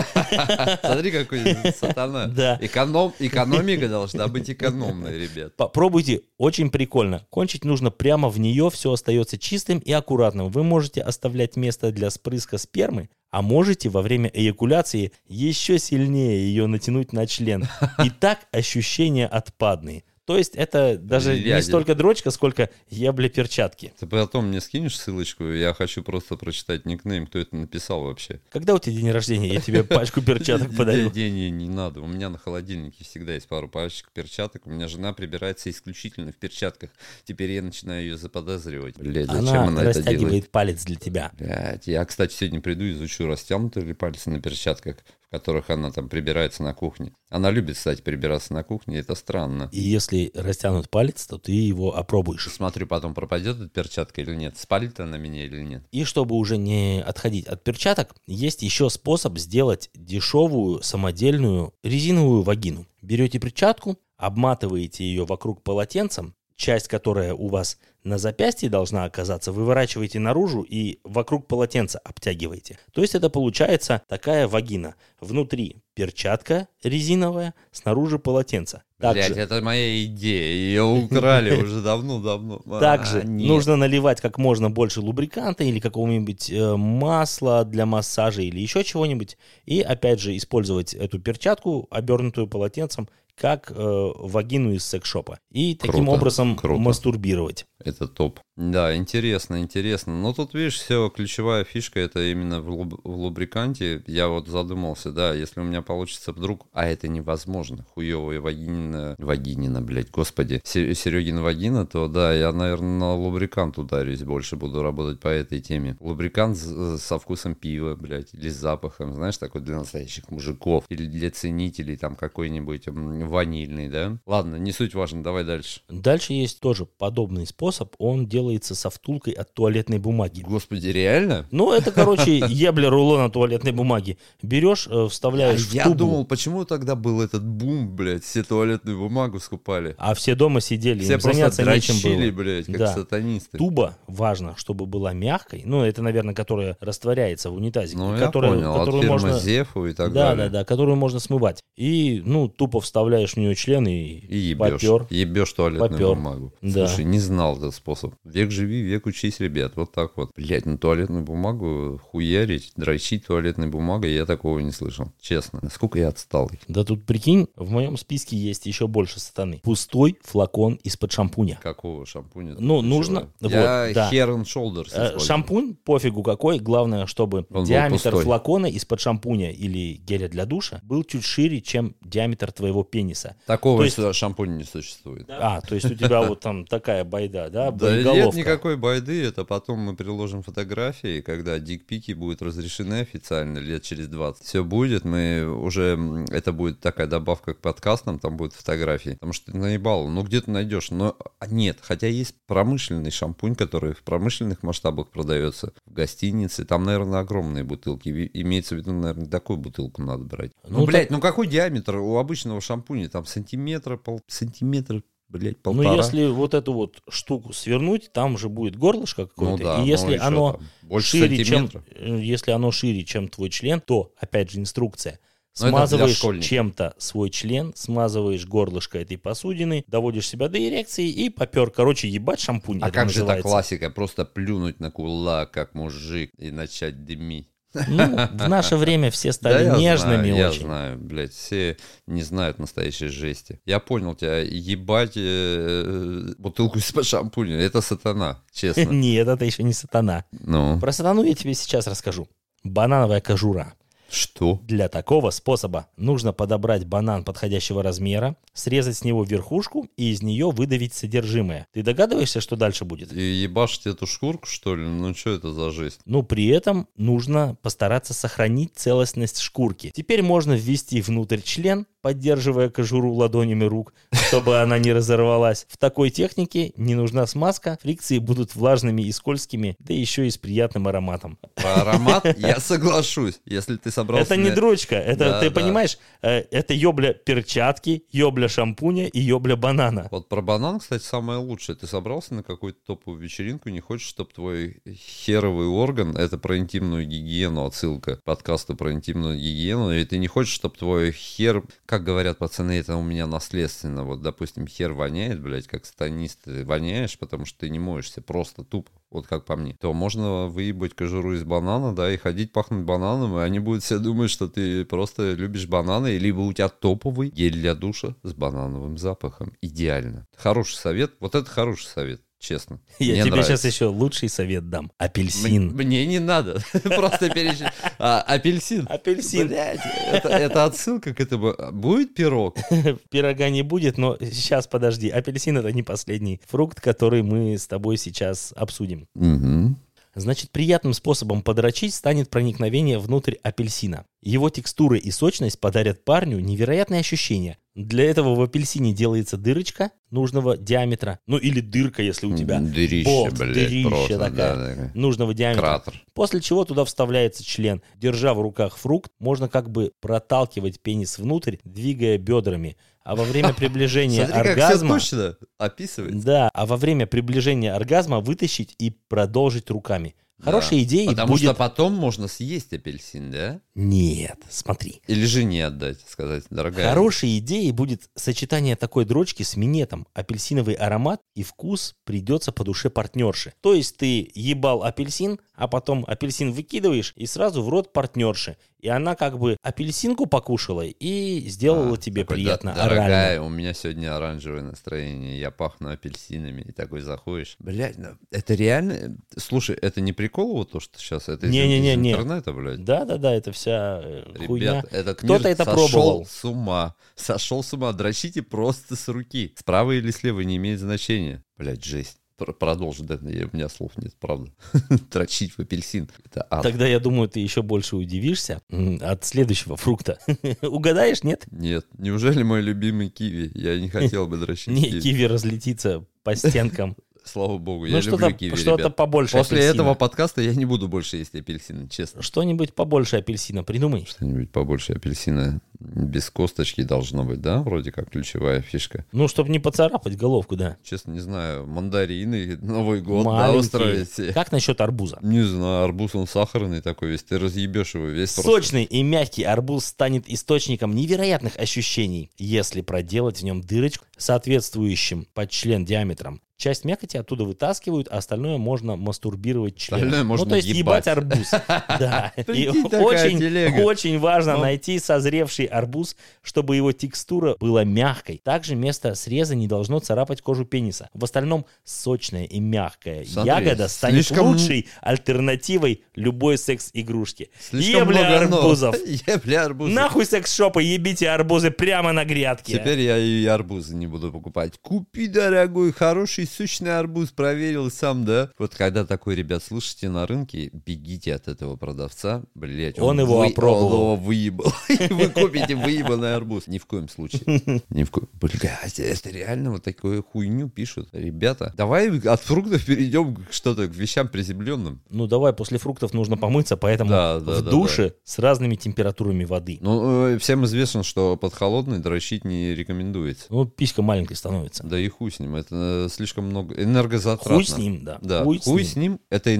S2: Смотри, какой <laughs> сатана.
S3: Да.
S2: Эконом, экономика должна быть экономной, ребят.
S3: Попробуйте, очень прикольно. Кончить нужно прямо в нее, все остается чистым и аккуратным. Вы можете оставлять место для спрыска спермы, а можете во время эякуляции еще сильнее ее натянуть на член. И так ощущения отпадные. То есть это даже не
S2: Ядер.
S3: столько дрочка, сколько я, бля, перчатки.
S2: Ты потом мне скинешь ссылочку, я хочу просто прочитать никнейм, кто это написал вообще.
S3: Когда у тебя день рождения, я тебе пачку перчаток
S2: <laughs>
S3: подарю.
S2: Не, не, не надо. У меня на холодильнике всегда есть пару пачек перчаток. У меня жена прибирается исключительно в перчатках. Теперь я начинаю ее заподозривать. Блядь, зачем
S3: Она
S2: она, это делает?
S3: растягивает палец для тебя.
S2: Блядь, я, кстати, сегодня приду, изучу, растянуты ли пальцы на перчатках, в которых она там прибирается на кухне. Она любит, кстати, прибираться на кухне, это странно.
S3: И если растянут палец, то ты его опробуешь.
S2: Смотрю, потом пропадет эта перчатка или нет, спалит она меня или нет.
S3: И чтобы уже не отходить от перчаток, есть еще способ сделать дешевую самодельную резиновую вагину. Берете перчатку, обматываете ее вокруг полотенцем, часть, которая у вас на запястье должна оказаться, выворачиваете наружу и вокруг полотенца обтягиваете. То есть это получается такая вагина. Внутри перчатка резиновая, снаружи полотенце.
S2: Блядь, это моя идея, ее украли уже давно-давно. А,
S3: Также
S2: нет.
S3: нужно наливать как можно больше лубриканта или какого-нибудь э, масла для массажа или еще чего-нибудь. И опять же использовать эту перчатку, обернутую полотенцем, как э, вагину из секс-шопа. И таким
S2: Круто,
S3: образом
S2: круто.
S3: мастурбировать.
S2: Это топ. Да, интересно, интересно. Но тут, видишь, все, ключевая фишка это именно в, луб- в лубриканте. Я вот задумался, да, если у меня получится вдруг, а это невозможно, хуевая вагинина, вагинина, блядь, господи, Се- Серегина вагина, то да, я, наверное, на лубрикант ударюсь больше, буду работать по этой теме. Лубрикант з- э, со вкусом пива, блядь, или с запахом, знаешь, такой для настоящих мужиков, или для ценителей, там, какой-нибудь м, ванильный, да? Ладно, не суть важно, давай дальше.
S3: Дальше есть тоже подобный способ. Он делается со втулкой от туалетной бумаги.
S2: Господи, реально?
S3: Ну, это,
S2: <laughs>
S3: короче, ебля рулона туалетной бумаги. Берешь, э, вставляешь
S2: А
S3: в
S2: я
S3: тубу,
S2: думал, почему тогда был этот бум, блядь, все туалетную бумагу скупали.
S3: а все дома сидели,
S2: Все
S3: им
S2: просто
S3: заняться нечем было.
S2: дрочили, блядь, как
S3: Да.
S2: сатанисты.
S3: Туба важно, чтобы была мягкой. Ну, это, наверное, которая растворяется в унитазе.
S2: Ну, я
S3: которая,
S2: понял, от
S3: которую
S2: фирмы
S3: можно...
S2: Зефу и так
S3: да, да,
S2: далее.
S3: да, которую можно смывать. И, ну, тупо вставляешь в нее член и,
S2: И ебешь.
S3: попёр.
S2: Ебешь туалетную
S3: Попёр.
S2: бумагу.
S3: Да.
S2: Слушай, не знал этот способ. Век живи, век учись, ребят. Вот так вот. Блядь, на туалетную бумагу хуярить, дрочить туалетной бумагой, я такого не слышал. Честно. Насколько я отсталый.
S3: Да тут прикинь, в моем списке есть еще больше сатаны. Пустой флакон из-под шампуня.
S2: Какого шампуня? ты
S3: Ну,
S2: ключевая?
S3: нужно-
S2: Я
S3: вот, да.
S2: Hair and
S3: Э,
S2: Shoulders использую.
S3: Шампунь, пофигу какой, главное, чтобы
S2: был
S3: диаметр
S2: пустой.
S3: флакона из-под шампуня или геля для душа был чуть шире, чем диаметр твоего пениса.
S2: Такого
S3: То есть-
S2: сюда шампуня не существует.
S3: А, то есть у тебя вот там такая байда, да,
S2: Да нет
S3: боеголовка.
S2: никакой байды, это потом мы приложим фотографии, когда дикпики будут разрешены официально лет через 20. Все будет, мы уже, м, это будет такая добавка к подкастам, там будут фотографии, потому что ты наебал, ну где ты найдешь, но а, нет, хотя есть промышленный шампунь, который в промышленных масштабах продается, в гостинице, там, наверное, огромные бутылки, Ви- имеется в виду, наверное, такую бутылку надо брать. Ну,
S3: Ну,
S2: блядь, ну какой диаметр у обычного шампуня, там сантиметра, пол, сантиметра, блядь, полтора.
S3: Ну, если вот эту вот штуку свернуть, там же будет горлышко какое-то. и
S2: ну
S3: если
S2: и чё
S3: оно
S2: там? больше
S3: шире, чем,
S2: сантиметра.
S3: э, если оно шире, чем твой член, то, опять же, инструкция.
S2: Ну, это для
S3: Смазываешь
S2: школьников.
S3: чем-то свой член, смазываешь горлышко этой посудины, доводишь себя до эрекции и попер. Короче, ебать шампунь.
S2: А
S3: это
S2: как же та
S3: называется.
S2: классика? Просто плюнуть на кулак, как мужик, и начать дымить.
S3: Ну, в наше время все стали
S2: я
S3: нежными
S2: знаю,
S3: очень.
S2: Я знаю, блядь, все не знают настоящей жести. Я понял тебя, ебать э, бутылку из-под шампуня, это сатана, честно.
S3: <laughs> Нет, это еще не сатана.
S2: Ну,
S3: Про сатану я тебе сейчас расскажу. Банановая кожура.
S2: что?
S3: Для такого способа нужно подобрать банан подходящего размера, срезать с него верхушку и из нее выдавить содержимое. Ты догадываешься, что дальше будет?
S2: И ебашить эту шкурку, что ли? Ну, что это за жесть?
S3: Но при этом нужно постараться сохранить целостность шкурки. Теперь можно ввести внутрь член, поддерживая кожуру ладонями рук, чтобы она не разорвалась. В такой технике не нужна смазка, фрикции будут влажными и скользкими, да еще и с приятным ароматом.
S2: Про аромат я соглашусь, если ты собрался...
S3: это не
S2: на-
S3: дрочка, это,
S2: Да,
S3: ты
S2: да.
S3: понимаешь, э, это ёбля перчатки, ёбля шампуня и ёбля банана.
S2: Вот про банан, кстати, самое лучшее. Ты собрался на какую-то топовую вечеринку, не хочешь, чтобы твой херовый орган, это про интимную гигиену, отсылка подкаста про интимную гигиену, и ты не хочешь, чтобы твой хер, как говорят пацаны, это у меня наследственно. Вот, допустим, хер воняет, блядь, как станист, ты воняешь, потому что ты не моешься, просто тупо вот как по мне, то можно выебать кожуру из банана, да, и ходить пахнуть бананом, и они будут все думать, что ты просто любишь бананы, либо у тебя топовый гель для душа с банановым запахом. Идеально. Хороший совет. Вот это хороший совет, честно.
S3: <laughs> Я
S2: Мне
S3: тебе
S2: нравится.
S3: сейчас еще лучший совет дам.
S2: М-
S3: Апельсин.
S2: Мне не надо. <laughs> Просто перечислить. А, Апельсин.
S3: <laughs> Апельсин.
S2: Блядь, это, это отсылка к этому. Будет пирог?
S3: <laughs> Пирога не будет, но сейчас подожди. Апельсин это не последний фрукт, который мы с тобой сейчас обсудим.
S2: Мгм.
S3: Значит, приятным способом подрочить станет проникновение внутрь апельсина. Его текстура и сочность подарят парню невероятные ощущения. Для этого в апельсине делается дырочка нужного диаметра. Ну или дырка, если у тебя
S2: Дырище,
S3: болт,
S2: блядь,
S3: дырище
S2: просто,
S3: такая.
S2: да, да.
S3: нужного диаметра.
S2: Кратер.
S3: После чего туда вставляется член. Держа в руках фрукт, можно как бы проталкивать пенис внутрь, двигая бедрами. А во
S2: <laughs>
S3: время приближения
S2: Смотри,
S3: оргазма...
S2: как все точно описывает.
S3: Да, а во время приближения оргазма вытащить и продолжить руками.
S2: Да.
S3: Хорошая идея и
S2: Потому
S3: будет...
S2: что потом можно съесть апельсин, да?
S3: Нет, смотри.
S2: Или жене отдать, сказать, дорогая.
S3: Хорошей идеей будет сочетание такой дрочки с минетом. Апельсиновый аромат и вкус придется по душе партнерши. То есть ты ебал апельсин, а потом апельсин выкидываешь и сразу в рот партнерши. И она как бы апельсинку покушала и сделала
S2: А,
S3: тебе
S2: такой,
S3: приятно,
S2: «Да,
S3: орально.
S2: Дорогая, у меня сегодня оранжевое настроение, я пахну апельсинами, и такой заходишь. Блядь, ну, это реально... Слушай, это не прикол вот то, что сейчас? Это из-
S3: Не-не-не,
S2: из
S3: не.
S2: интернета, блядь?
S3: Да-да-да, это вся э, хуйня.
S2: Ребят, этот
S3: Кто-то
S2: мир
S3: это
S2: сошел
S3: пробовал.
S2: с ума. Сошел с ума. Дрочите просто с руки. Справа или слева не имеет значения. Блять, жесть. Пр- Продолжу, да, я- у меня слов нет, правда. <laughs> Дрочить в апельсин. Это ад.
S3: Тогда, я думаю, ты еще больше удивишься м, от следующего фрукта. <laughs> Угадаешь, нет?
S2: Нет, неужели мой любимый киви? Я не хотел бы дрочить
S3: Не,
S2: киви.
S3: киви разлетится по стенкам.
S2: Слава богу, я
S3: Ну,
S2: люблю
S3: что-то
S2: киви,
S3: что-то
S2: ребят.
S3: побольше
S2: После
S3: апельсина.
S2: этого подкаста я не буду больше есть апельсины, честно.
S3: Что-нибудь побольше апельсина придумай.
S2: Что-нибудь побольше апельсина без косточки должно быть, да? Вроде как ключевая фишка.
S3: Ну, чтобы не поцарапать головку, да.
S2: Честно, не знаю, мандарины, Новый год, да,
S3: Маленькие.
S2: устроите.
S3: Как насчет арбуза?
S2: Не знаю, арбуз он сахарный такой весь, ты разъебешь его весь просто.
S3: Сочный и мягкий арбуз станет источником невероятных ощущений, если проделать в нем дырочку, соответствующим под член диаметром. Часть мякоти оттуда вытаскивают, а остальное можно мастурбировать членом.
S2: Остальное можно
S3: ну, то есть ебать,
S2: ебать. <laughs>
S3: арбуз. Да. И
S2: Прикинь, такая
S3: очень,
S2: телега.
S3: очень важно
S2: Ну.
S3: найти созревший арбуз, чтобы его текстура была мягкой. Также место среза не должно царапать кожу пениса. В остальном сочная и мягкая
S2: Смотри,
S3: ягода станет
S2: слишком-
S3: лучшей альтернативой любой секс-игрушки.
S2: Слишком
S3: Ебля
S2: много оно.
S3: арбузов.
S2: <laughs> Ебля арбузов.
S3: Нахуй секс-шопы, ебите арбузы прямо на грядке.
S2: Теперь я и арбузы не буду покупать. Купи, дорогой, хороший сущный арбуз, проверил сам, да? Вот когда такой, ребят, слышите на рынке, бегите от этого продавца, блять.
S3: Он его опробовал.
S2: Он его выебал. <laughs> И Вы купите выебанный арбуз. Ни в коем случае. Ни в коем... Блядь, это реально вот такую хуйню пишут. Ребята, давай от фруктов перейдем к что-то, к вещам приземленным.
S3: Ну давай, после фруктов нужно помыться, поэтому
S2: Да, да,
S3: в
S2: да,
S3: душе с разными температурами воды.
S2: Ну, э, всем известно, что под холодный дрочить не рекомендуется.
S3: Ну, писька маленькой становится.
S2: Да и хуй с ним, это э, слишком много энергозатратно.
S3: Хуй с ним, да.
S2: Да, хуй, с ним, это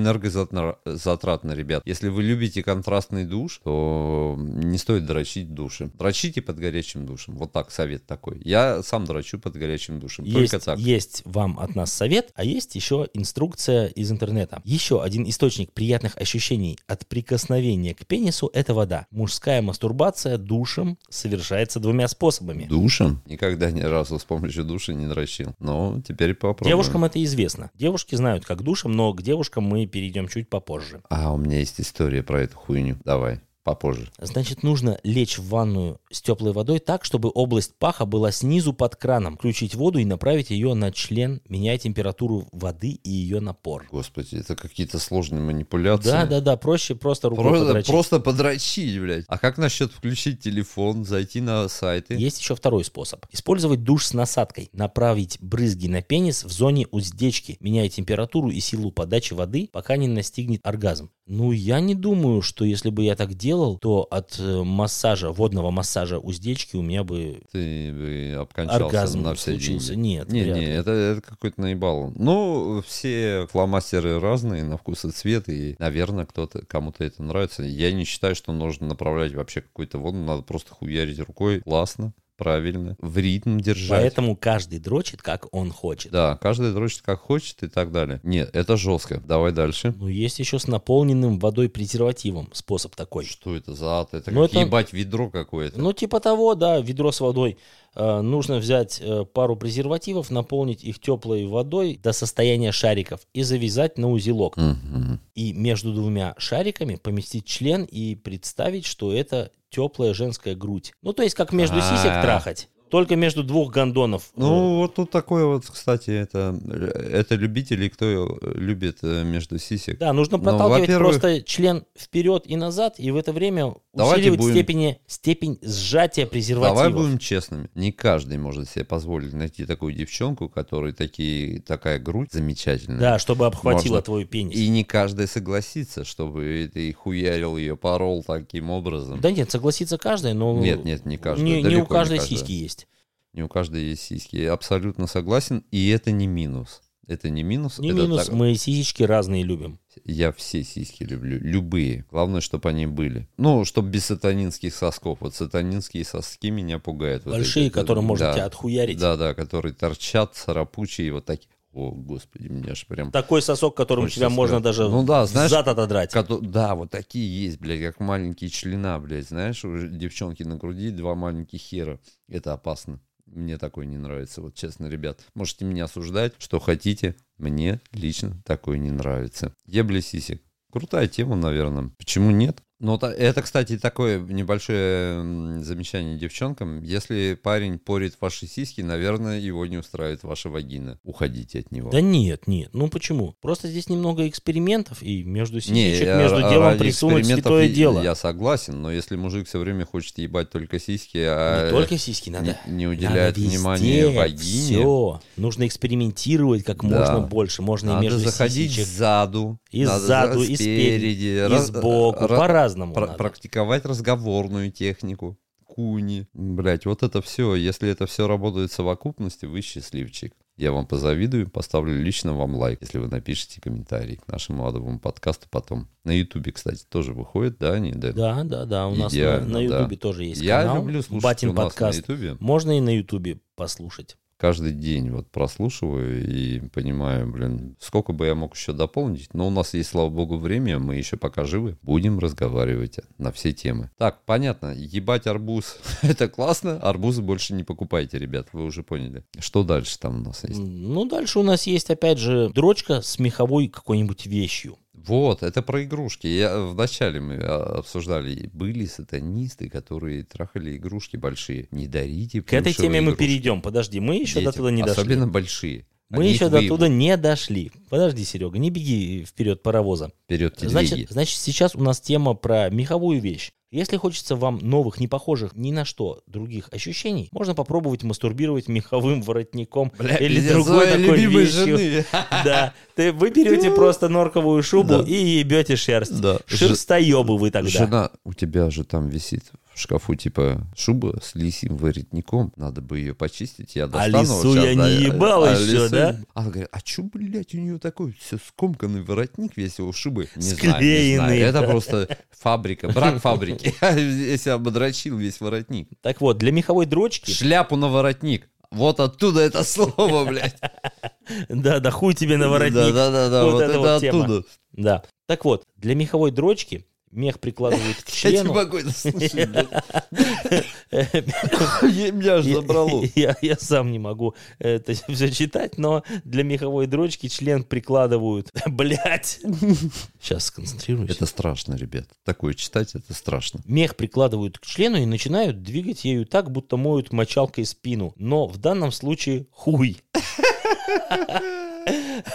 S2: энергозатратно, ребят. Если вы любите контрастный душ, то не стоит дрочить в душе. Дрочите под горячим душем. Вот так совет такой. Я сам дрочу под горячим душем.
S3: Есть,
S2: Только так.
S3: есть вам от нас совет, а есть еще инструкция из интернета. Еще один источник приятных ощущений от прикосновения к пенису – это вода. Мужская мастурбация душем совершается двумя способами.
S2: Душем? Никогда ни разу с помощью душа не дрочил. Но теперь попробуем.
S3: Девушкам это известно. Девушки знают, как душем, но к девушкам мы перейдем чуть попозже.
S2: А, у меня есть история про эту хуйню. Давай.
S5: попозже.
S3: Значит, нужно лечь в ванную с теплой водой так, чтобы область паха была снизу под краном. Включить воду и направить ее на член, меняя температуру воды и ее напор.
S5: Господи, это какие-то сложные манипуляции.
S3: Да, да, да, проще просто рукой
S2: Просто,
S3: подрочить.
S2: просто подрочить, блядь. А как насчет включить телефон, зайти на сайты?
S3: Есть еще второй способ. Использовать душ с насадкой. Направить брызги на пенис в зоне уздечки, меняя температуру и силу подачи воды, пока не настигнет оргазм. Ну, я не думаю, что если бы я так делал, то от э, массажа, водного массажа уздечки у меня бы
S2: Ты бы обкончался на
S3: оргазм
S2: все
S3: случился.
S2: деньги.
S3: Нет,
S2: Не,
S3: вряд ли.
S2: не, это, это какой-то наебал. Ну, все фломастеры разные на вкус и цвет, и, наверное, кто-то, кому-то это нравится. Я не считаю, что нужно направлять вообще какую-то воду, надо просто хуярить рукой. Классно, правильно, в ритм держать.
S3: Поэтому каждый дрочит, как он хочет.
S2: Да, каждый дрочит как хочет и так далее. Нет, это жестко. Давай дальше.
S3: Ну, есть еще с наполненным водой презервативом способ такой.
S2: Что это за ад? Это
S3: Ну,
S2: как
S3: это-
S2: ебать ведро какое-то.
S3: Ну, типа того, да, ведро с водой. Э, нужно взять э, пару презервативов, наполнить их теплой водой до состояния шариков и завязать на узелок.
S2: Мгм.
S3: И между двумя шариками поместить член и представить, что это теплая женская грудь. Ну, то есть, как между сисек
S2: А.
S3: трахать. Только между двух гондонов.
S2: Ну, вот тут такое вот, кстати, это, э, это любители, кто любит э, между сисек.
S3: Да, нужно
S2: Ну,
S3: проталкивать
S2: во-первых-
S3: просто член вперед и назад, и в это время
S2: Давайте
S3: усиливать
S2: будем-
S3: степени, степень сжатия презерватива.
S2: Давай будем честными. Не каждый может себе позволить найти такую девчонку, которой такие, такая грудь замечательная.
S3: Да, чтобы обхватило
S2: Можно.
S3: твою пенис.
S2: И не каждый согласится, чтобы ты хуярил ее, порол таким образом.
S3: Да нет, согласится каждый, но
S2: Нет, нет, не каждый.
S3: не, не
S2: далеко
S3: у каждой
S2: каждый.
S3: сиськи есть.
S2: Не у каждой есть сиськи. Я абсолютно согласен. И это не минус. Это не минус.
S3: Не
S2: это
S3: минус,
S2: так-
S3: мы сисечки разные любим.
S2: Я все сиськи люблю. Любые. Главное, чтобы они были. Ну, чтобы без сатанинских сосков. Вот сатанинские соски меня пугают. Вот
S3: Большие,
S2: эти, вот,
S3: которые можно
S2: да.
S3: тебя отхуярить.
S2: Да, да, которые торчат, царапучие, вот такие. О, господи, мне аж прям...
S3: Такой сосок, которым
S2: Хочется
S3: тебя можно
S2: сказать.
S3: даже
S2: Ну да, знаешь,
S3: зад отодрать.
S2: Кото- Да, вот такие есть, блядь, как маленькие члена, блядь, знаешь, уже девчонки на груди, два маленьких хера. Это опасно. Мне такое не нравится, вот честно, ребят. Можете меня осуждать, что хотите. Мне лично такое не нравится. Ебли сисек. Крутая тема, наверное. Почему нет? Но та- это, кстати, такое небольшое м, замечание девчонкам. Если парень порит ваши сиськи, наверное, его не устраивает ваша вагина. Уходите от него.
S3: Да нет, нет. Ну почему? Просто здесь немного экспериментов, и между сисечек,
S2: я
S3: между
S2: э, ради
S3: делом присунуть
S2: экспериментов
S3: святое
S2: и-
S3: дело.
S2: Я согласен, но если мужик все время хочет ебать только сиськи, а
S3: Не только сиськи
S2: не-
S3: надо.
S2: не, уделяет
S3: Надо
S2: внимания
S3: везде
S2: вагине,
S3: всё. Нужно экспериментировать как
S2: Да.
S3: можно больше. Можно и
S2: надо
S3: между
S2: заходить
S3: сисечек,
S2: сзаду,
S3: И
S2: надо
S3: сзаду,
S2: за-
S3: и
S2: спереди,
S3: спереди, и
S2: раз-
S3: сбоку.
S2: ра-
S3: По-разному
S2: пра-
S3: надо.
S2: практиковать разговорную технику, куни. Блять, вот это все, если это все работает в совокупности, вы счастливчик. Я вам позавидую, поставлю лично вам лайк, если вы напишите комментарий к нашему адовому подкасту потом. На ютубе, кстати, тоже выходит, да, они, да?
S3: Да, да, да. У нас на-
S2: Идеально,
S3: на
S2: да.
S3: Ютубе тоже есть
S2: Я
S3: канал.
S2: люблю слушать
S3: Батин
S2: у нас
S3: подкаст.
S2: на Ютубе.
S3: Можно и на Ютубе послушать.
S2: Каждый день вот прослушиваю и понимаю, блин, сколько бы я мог еще дополнить. Но у нас есть, слава богу, время, мы еще пока живы. Будем разговаривать на все темы. Так, понятно, ебать арбуз, <laughs> это классно. Арбузы больше не покупайте, ребят, вы уже поняли. Что дальше там у нас есть?
S3: М, Ну, дальше у нас есть, опять же, дрочка с меховой какой-нибудь вещью.
S2: Вот, это про игрушки. Я, э, вначале мы а, обсуждали, были сатанисты, которые трахали игрушки большие. Не дарите
S3: К этой
S2: плюшевые
S3: теме мы
S2: игрушки
S3: перейдем. Подожди, мы еще до
S2: детям,
S3: туда не дошли.
S2: Особенно большие.
S3: Мы
S2: Они
S3: еще
S2: их
S3: до
S2: выебут.
S3: туда не дошли. Подожди, Серега, не беги вперед паровоза.
S2: Вперед, телеги.
S3: Значит, значит, сейчас у нас тема про меховую вещь. Если хочется вам новых, не похожих ни на что других ощущений, можно попробовать мастурбировать меховым воротником
S2: Бля,
S3: или
S2: пиздец,
S3: другой
S2: своей
S3: такой
S2: любимой
S3: вещью.
S2: жены.
S3: Да, ты вы берете просто норковую шубу
S2: Да.
S3: и ебете шерсть.
S2: Да.
S3: Шерстоебы вы тогда.
S2: А Жена, у тебя же там висит в шкафу, типа, шуба с лисим воротником. Надо бы ее почистить. Я достану.
S3: А лису
S2: щас,
S3: я не ебал еще, да?
S2: Она говорит, а че, блядь, у нее такой все скомканный воротник весь у шубы? Не знаю, не
S3: Склеенный.
S2: знаю. Это просто фабрика, брак
S3: <laughs>
S2: фабрики. Я себя ободрочил весь воротник.
S3: Так вот, для меховой дрочки...
S2: Шляпу на воротник. Вот оттуда это слово, блядь.
S3: Да, да хуй тебе на воротник.
S2: Да-да-да,
S3: Вот
S2: вот
S3: это вот
S2: это
S3: тема.
S2: оттуда.
S3: Да. Так вот, для меховой дрочки мех прикладывают к
S6: Я не
S3: члену. <laughs>
S6: могу это слушать. блядь. Я- Меня аж
S3: Я- <laughs>
S6: забрало.
S3: Я, я сам не могу это <laughs> все читать, но для меховой дрочки член прикладывают. <laughs> Блять. Сейчас сконцентрируюсь.
S2: Это страшно, ребят. Такое читать, это страшно.
S3: Мех прикладывают к члену и начинают двигать ею так, будто моют мочалкой спину. Но в данном случае хуй.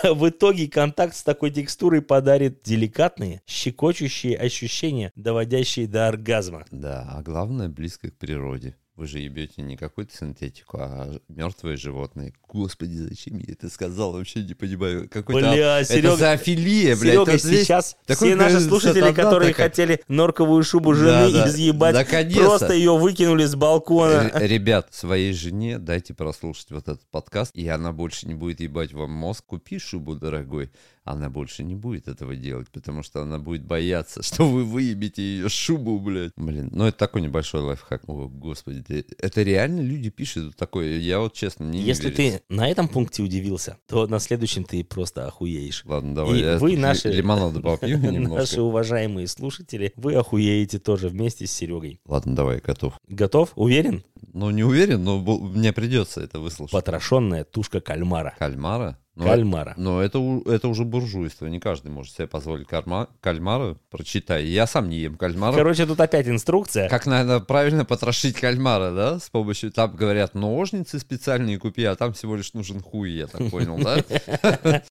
S3: В итоге контакт с такой текстурой подарит деликатные, щекочущие ощущения, доводящие до оргазма.
S2: Да, а главное, близко к природе. Вы же ебете не какую-то синтетику, а мертвые животные. Господи, зачем я это сказал? Вообще не понимаю. Какой-то... а,
S3: Бля,
S2: Это
S3: Серега,
S2: зоофилия, Э, блядь.
S3: Серега,
S2: Вот здесь
S3: сейчас
S2: такой,
S3: все наши
S2: конечно,
S3: слушатели,
S2: сатана
S3: которые
S2: такая.
S3: хотели норковую шубу жены
S2: Да-да.
S3: изъебать,
S2: Наконец-то. Э,
S3: просто ее выкинули с балкона.
S2: Р- Ребят, своей жене дайте прослушать вот этот подкаст, и она больше не будет ебать вам мозг. Купи шубу, дорогой. Она больше не будет этого делать, потому что она будет бояться, <laughs> что вы выебите ее шубу, блядь. Блин, ну это такой небольшой лайфхак. О, господи, ты- это реально люди пишут такое. Я вот честно, мне
S3: Если
S2: не верится.
S3: ты на этом пункте удивился, то на следующем ты просто охуеешь.
S2: Ладно, давай.
S3: И
S2: я
S3: вы
S2: тут ли-
S3: наши-
S2: Лимонада
S3: <laughs>
S2: попью немножко.
S3: Наши уважаемые слушатели, вы охуеете тоже вместе с Серегой.
S2: Ладно, давай, я готов.
S3: Готов? Уверен?
S2: Ну, не уверен, но бу- мне придется это выслушать.
S3: Потрошенная тушка кальмара.
S2: Кальмара? Ну, это-
S3: Кальмара.
S2: Но это, у- это уже буржуйство. Не каждый может себе позволить карма, кальмара. Прочитай. Я сам не ем кальмара.
S3: Короче, тут опять инструкция.
S2: Как надо правильно потрошить кальмара, да? С помощью... Там говорят, ножницы специальные купи, а там всего лишь нужен хуй, я так понял,
S3: <laughs>
S2: да?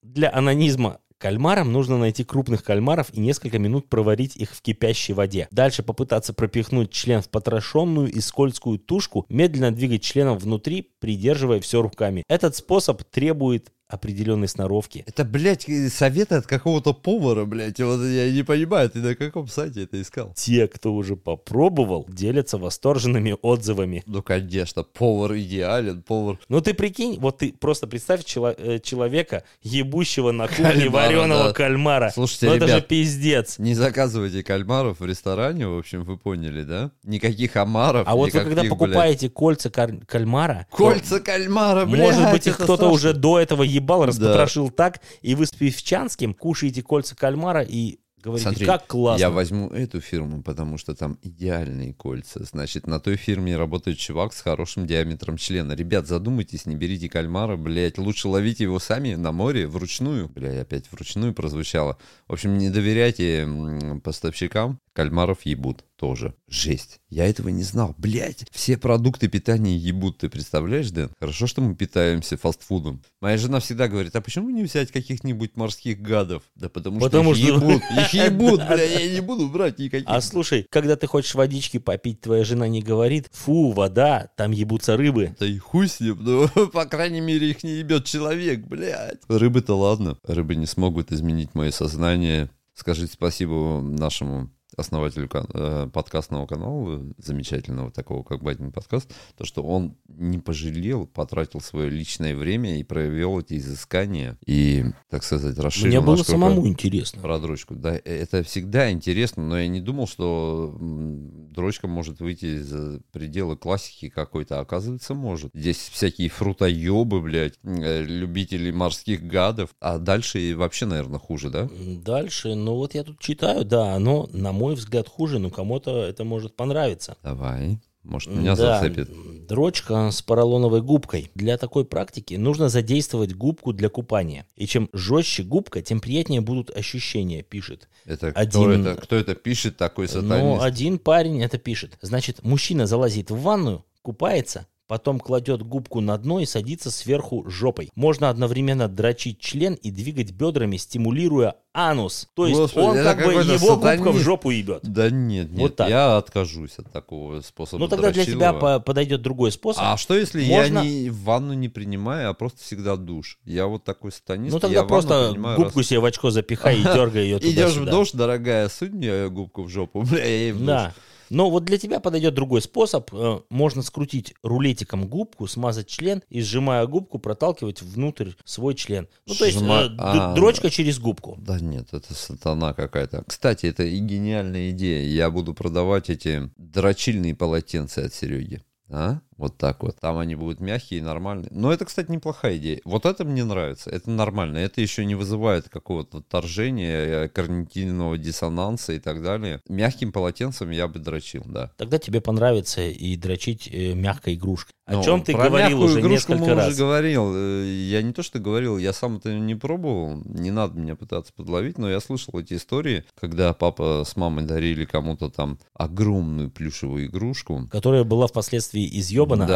S3: Для анонизма кальмарам нужно найти крупных кальмаров и несколько минут проварить их в кипящей воде. Дальше попытаться пропихнуть член в потрошенную и скользкую тушку, медленно двигать членом внутри, придерживая все руками. Этот способ требует определенной сноровки.
S2: Это, блядь, э, советы от какого-то повара, блядь. Вот я не понимаю, ты на каком сайте это искал?
S3: Те, кто уже попробовал, делятся восторженными отзывами.
S2: Ну, конечно, повар идеален, повар...
S3: Ну ты прикинь, вот ты просто представь чело- э, человека, ебущего на кухне
S2: Кальмара,
S3: вареного
S2: да.
S3: кальмара.
S2: Слушайте,
S3: Ну это
S2: ребят,
S3: же пиздец.
S2: Не заказывайте кальмаров в ресторане, в общем, вы поняли, да? Никаких омаров,
S3: А вот вы
S2: никаких,
S3: когда
S2: блядь,
S3: покупаете кольца кар- кальмара, то,
S2: Кольца кальмара, блядь.
S3: может быть, их
S2: это
S3: кто-то
S2: страшно.
S3: уже до этого ебал, распотрошил так, и вы с Певчанским кушаете кольца кальмара и говорите,
S2: Смотри,
S3: как классно.
S2: Я возьму эту фирму, потому что там идеальные кольца. Значит, на той фирме работает чувак с хорошим диаметром члена. Ребят, задумайтесь, не берите кальмара, блядь. Лучше ловите его сами на море вручную. Блядь, опять вручную прозвучало. В общем, не доверяйте м, поставщикам. Кальмаров ебут тоже. Жесть. Я этого не знал. Блядь, все продукты питания ебут. Ты представляешь, Дэн? Хорошо, что мы питаемся фастфудом. Моя жена всегда говорит, а почему не взять каких-нибудь морских гадов? Да потому,
S3: Потому
S2: что их
S3: что-
S2: ебут. Их ебут, бля, я не буду брать никаких.
S3: А слушай, когда ты хочешь водички попить, твоя жена не говорит, фу, вода, там ебутся рыбы.
S2: Да и хуй с ним, ну, <laughs> по крайней мере, их не ебет человек, блядь. Рыбы-то ладно, рыбы не смогут изменить мое сознание. Скажите спасибо нашему основателю кан- э, подкастного канала, замечательного такого, как Батин подкаст, то, что он не пожалел, потратил свое личное время и провел эти изыскания и, так сказать, расширил
S3: Мне было
S2: наш кругозор.
S3: самому интересно.
S2: Про дрочку, да, э, это всегда интересно, но я не думал, что м, дрочка может выйти за пределы классики какой-то, А, оказывается, может. Здесь всякие фрутоебы, блядь, э, любители морских гадов, а дальше и вообще, наверное, хуже, да?
S3: Дальше, ну вот я тут читаю, да, оно, на мой взгляд, хуже, но кому-то это может понравиться.
S2: Давай, может, меня
S3: Да,
S2: зацепит.
S3: Дрочка с поролоновой губкой. Для такой практики нужно задействовать губку для купания. И чем жестче губка, тем приятнее будут ощущения, пишет.
S2: Это кто,
S3: один- Ну,
S2: это кто это пишет, такой
S3: Но
S2: сатанист?
S3: один парень это пишет. Значит, мужчина залазит в ванную, купается, потом кладет губку на дно и садится сверху жопой. Можно одновременно дрочить член и двигать бедрами, стимулируя анус. То есть
S2: Господи,
S3: он
S2: это
S3: как бы
S2: какой-то
S3: его губка в
S2: сатанист.
S3: жопу ебет.
S2: Да нет, нет,
S3: Вот так.
S2: я откажусь от такого способа
S3: Ну тогда для тебя
S2: дрочилова.
S3: по- подойдет другой способ.
S2: А что если
S3: Можно-
S2: я не ванну не принимаю, а просто всегда душ? Я вот такой сатанист.
S3: ну
S2: я
S3: тогда
S2: ванну
S3: просто
S2: принимаю
S3: губку
S2: раз-
S3: себе в очко
S2: <laughs>
S3: запихай и дергай ее туда
S2: Идешь в душ, дорогая, сунь мне губку в жопу, <laughs> бля, я ей в душ.
S3: Да. Но вот для тебя подойдет другой способ. Э, Можно скрутить рулетиком губку, смазать член и, сжимая губку, проталкивать внутрь свой член. Ну, то есть э,
S2: Сжима-
S3: д-
S2: А.
S3: дрочка через губку.
S2: Да нет, это сатана какая-то. Кстати, это и гениальная идея. Я буду продавать эти дрочильные полотенца от Сереги. А? Вот так вот. Там они будут мягкие и нормальные. Но это, кстати, неплохая идея. Вот это мне нравится. Это нормально. Это еще не вызывает какого-то торжения, э, когнитивного диссонанса и так далее. Мягким полотенцем я бы дрочил, да.
S3: Тогда тебе понравится и дрочить э, мягкой игрушкой. О
S2: Ну,
S3: чем ты
S2: про
S3: говорил
S2: мягкую
S3: уже
S2: игрушку
S3: несколько
S2: мы
S3: раз.
S2: уже говорил. Э, Я не то что говорил, я сам это не пробовал. Не надо меня пытаться подловить, но я слышал эти истории, когда папа с мамой дарили кому-то там огромную плюшевую игрушку.
S3: Которая была впоследствии изъебана адски.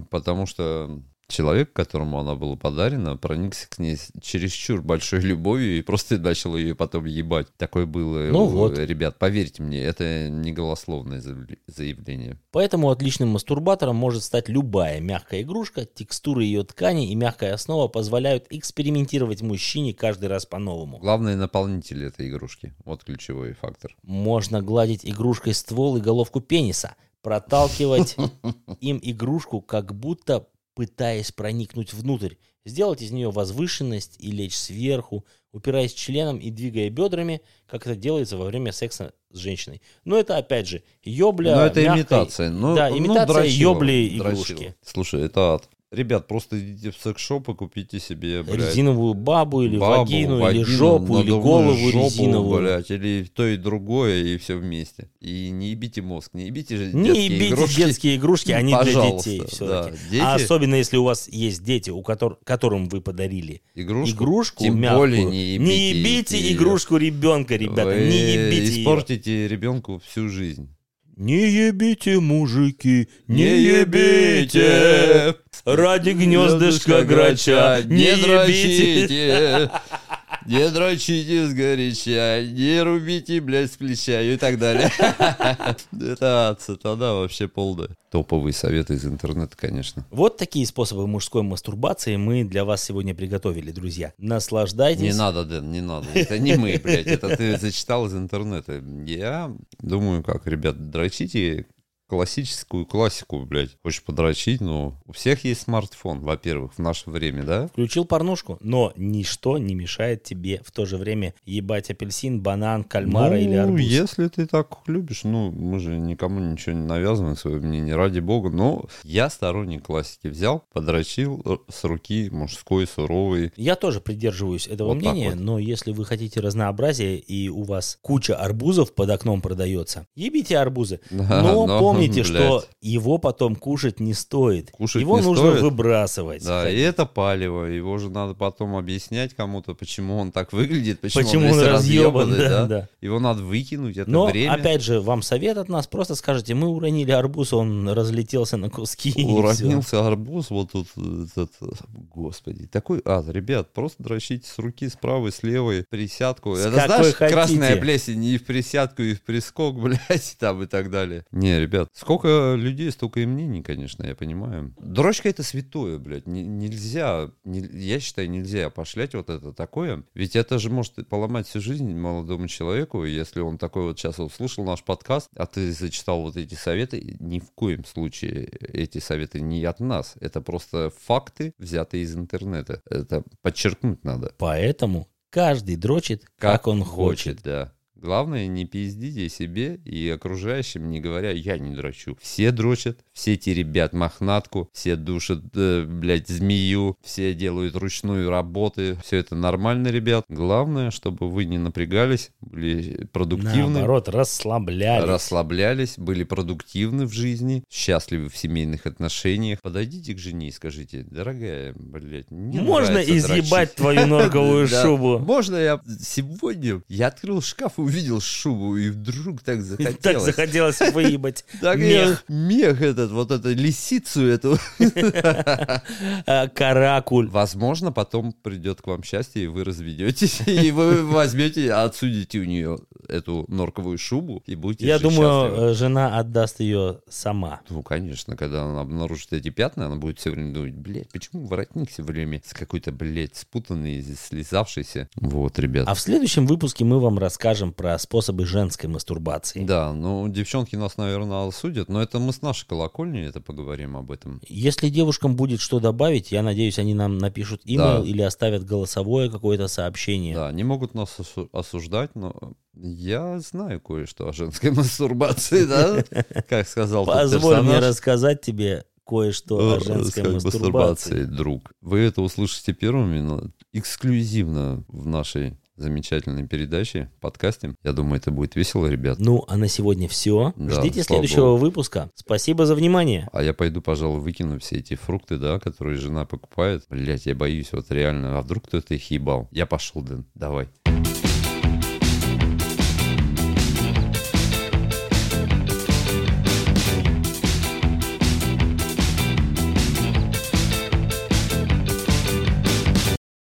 S2: Да, потому что человек, которому она была подарена, проникся к ней с- чересчур большой любовью и просто начал ее потом ебать. Такое было.
S3: Ну
S2: у-
S3: вот.
S2: Ребят, поверьте мне, это не голословное заявле- заявление.
S3: Поэтому отличным мастурбатором может стать любая мягкая игрушка. Текстуры ее ткани и мягкая основа позволяют экспериментировать мужчине каждый раз по-новому.
S2: Главное наполнитель этой игрушки. Вот ключевой фактор.
S3: Можно гладить игрушкой ствол и головку пениса,
S2: <laughs>
S3: проталкивать им игрушку, как будто пытаясь проникнуть внутрь, сделать из нее возвышенность и лечь сверху, упираясь членом и двигая бедрами, как это делается во время секса с женщиной. Но это опять же ёбля
S2: Ну, это
S3: мягкой-
S2: имитация. Ну,
S3: да,
S2: ну,
S3: имитация
S2: дрочила,
S3: ёбли
S2: дрочила.
S3: игрушки.
S2: Слушай, это ад. Ребят, просто идите в секс-шоп и купите себе, блядь,
S3: резиновую бабу или
S2: бабу,
S3: вагину, или
S2: вагину,
S3: жопу, или
S2: надувную
S3: голову
S2: жопу,
S3: резиновую.
S2: блядь, или то и другое, и все вместе. И не ебите мозг, не ебите же
S3: Не
S2: детские
S3: ебите
S2: игрушки.
S3: детские игрушки, они для
S2: Пожалуйста,
S3: детей
S2: да.
S3: все-таки.
S2: Дети-
S3: А особенно если у вас есть дети, у котор- которым вы подарили
S2: Игрушку,
S3: игрушку
S2: тем
S3: мягкую.
S2: более не ебите. её.
S3: игрушку ребенка, ребята,
S2: Вы
S3: не ебите её.
S2: Испортите ребенку всю жизнь.
S7: Не ебите, мужики, не ебите. Ради гнездышка грача, не ебите.
S2: дрочите. Не дрочите сгоряча, не рубите, блядь, с плеча и так далее. <laughs> Это ад, сатана вообще полная. Топовые советы из интернета, конечно.
S3: Вот такие способы мужской мастурбации мы для вас сегодня приготовили, друзья. Наслаждайтесь.
S2: Не надо, Дэн, не надо. Это не мы, блядь, это ты зачитал из интернета. Я думаю, как, ребят, дрочите классическую классику, блядь. Хочешь подрочить, но у всех есть смартфон, во-первых, в наше время, да?
S3: Включил порнушку, но ничто не мешает тебе в то же время ебать апельсин, банан, кальмара
S2: ну,
S3: или арбуз.
S2: если ты так любишь, ну, мы же никому ничего не навязываем свое мнение, ради бога. Но я сторонник классики взял, подрочил э, с руки мужской, суровой.
S3: Я тоже придерживаюсь этого
S2: Вот так
S3: мнения,
S2: вот.
S3: но если вы хотите разнообразия и у вас куча арбузов под окном продается, ебите
S2: <laughs>
S3: арбузы. Но, помните, что его потом кушать не стоит.
S2: Кушать
S3: его
S2: не
S3: нужно
S2: стоит.
S3: выбрасывать.
S2: Да, и это палево, его же надо потом объяснять кому-то, почему он так выглядит, почему,
S3: Почему
S2: он,
S3: он
S2: весь
S3: разъебан,
S2: разъебанный,
S3: да,
S2: да,
S3: да.
S2: Его надо выкинуть, это
S3: Но,
S2: время.
S3: опять же, вам совет от нас, просто скажите, мы уронили арбуз, он разлетелся на куски. и всё.
S2: Уронился арбуз, вот тут этот, господи, такой ад, ребят, просто дрочите с руки, с правой, с левой, присядку.
S3: С
S2: Это
S3: какой
S2: знаешь,
S3: хотите.
S2: красная плесень и в присядку, и в прискок, <laughs> блядь, там и так далее. Не, ребят, сколько людей, столько и мнений, конечно, я понимаю. Дрочка это святое, блядь, не- нельзя, не- я считаю, нельзя пошлять вот это такое, ведь это же может и поломать всю жизнь молодому человеку, и если он такой вот сейчас услышал наш подкаст, а ты зачитал вот эти советы, ни в коем случае эти советы не от нас, это просто факты, взятые из интернета, это подчеркнуть надо.
S3: Поэтому каждый дрочит, как, он хочет.
S2: да. Главное, не пиздите себе и окружающим, не говоря, я не дрочу. Все дрочат, все те ребят мохнатку, все душат, э, блядь, змею, все делают ручную работу. Все это нормально, ребят. Главное, чтобы вы не напрягались, были продуктивны.
S3: Наоборот, расслаблялись.
S2: Расслаблялись, были продуктивны в жизни, счастливы в семейных отношениях. Подойдите к жене и скажите, дорогая, блядь, мне
S3: Можно
S2: нравится
S3: изъебать
S2: дрочить».
S3: твою норковую
S2: <laughs> Да.
S3: шубу?
S2: Можно я сегодня, я открыл шкаф, увидел шубу, и вдруг так
S3: Так
S2: захотелось.
S3: захотелось выебать
S2: <laughs> Так я-
S3: мех,
S2: мех этот, вот эту лисицу эту.
S3: а, каракуль.
S2: Возможно, потом придет к вам счастье, и вы разведетесь, <laughs> и вы возьмете, отсудите у нее эту норковую шубу, и будете
S3: Я
S2: жить счастливо.
S3: думаю, э, жена отдаст ее сама.
S2: Ну, конечно, когда она обнаружит эти пятна, она будет все время думать, блядь, почему воротник все время с какой-то, блядь, спутанный, слезавшийся. Вот, ребят.
S3: А в следующем выпуске мы вам расскажем про способы женской мастурбации.
S2: Да, ну, девчонки нас, наверное, осудят, но это мы с нашей колокольни это поговорим об этом.
S3: Если девушкам будет что добавить, я надеюсь, они нам напишут имейл
S2: Да.
S3: или оставят голосовое какое-то сообщение.
S2: Да, они могут нас осу- осуждать, но я
S3: <laughs>
S2: знаю <laughs> кое-что о женской мастурбации, да? Как сказал тот
S3: Позволь мне
S2: персонаж.
S3: рассказать тебе кое-что о женской
S2: Как
S3: мастурбации.
S2: мастурбацией, друг. Вы это услышите первыми, но эксклюзивно в нашей замечательной передаче, подкасте. Я думаю, это будет весело, ребят.
S3: Ну, а на сегодня все.
S2: Да,
S3: Ждите
S2: слава
S3: следующего выпуска. Спасибо за внимание.
S2: А я пойду, пожалуй, выкину все эти фрукты, да, которые жена покупает. Блять, я боюсь, вот реально. А вдруг кто-то их ебал? Я пошел, Дэн, давай.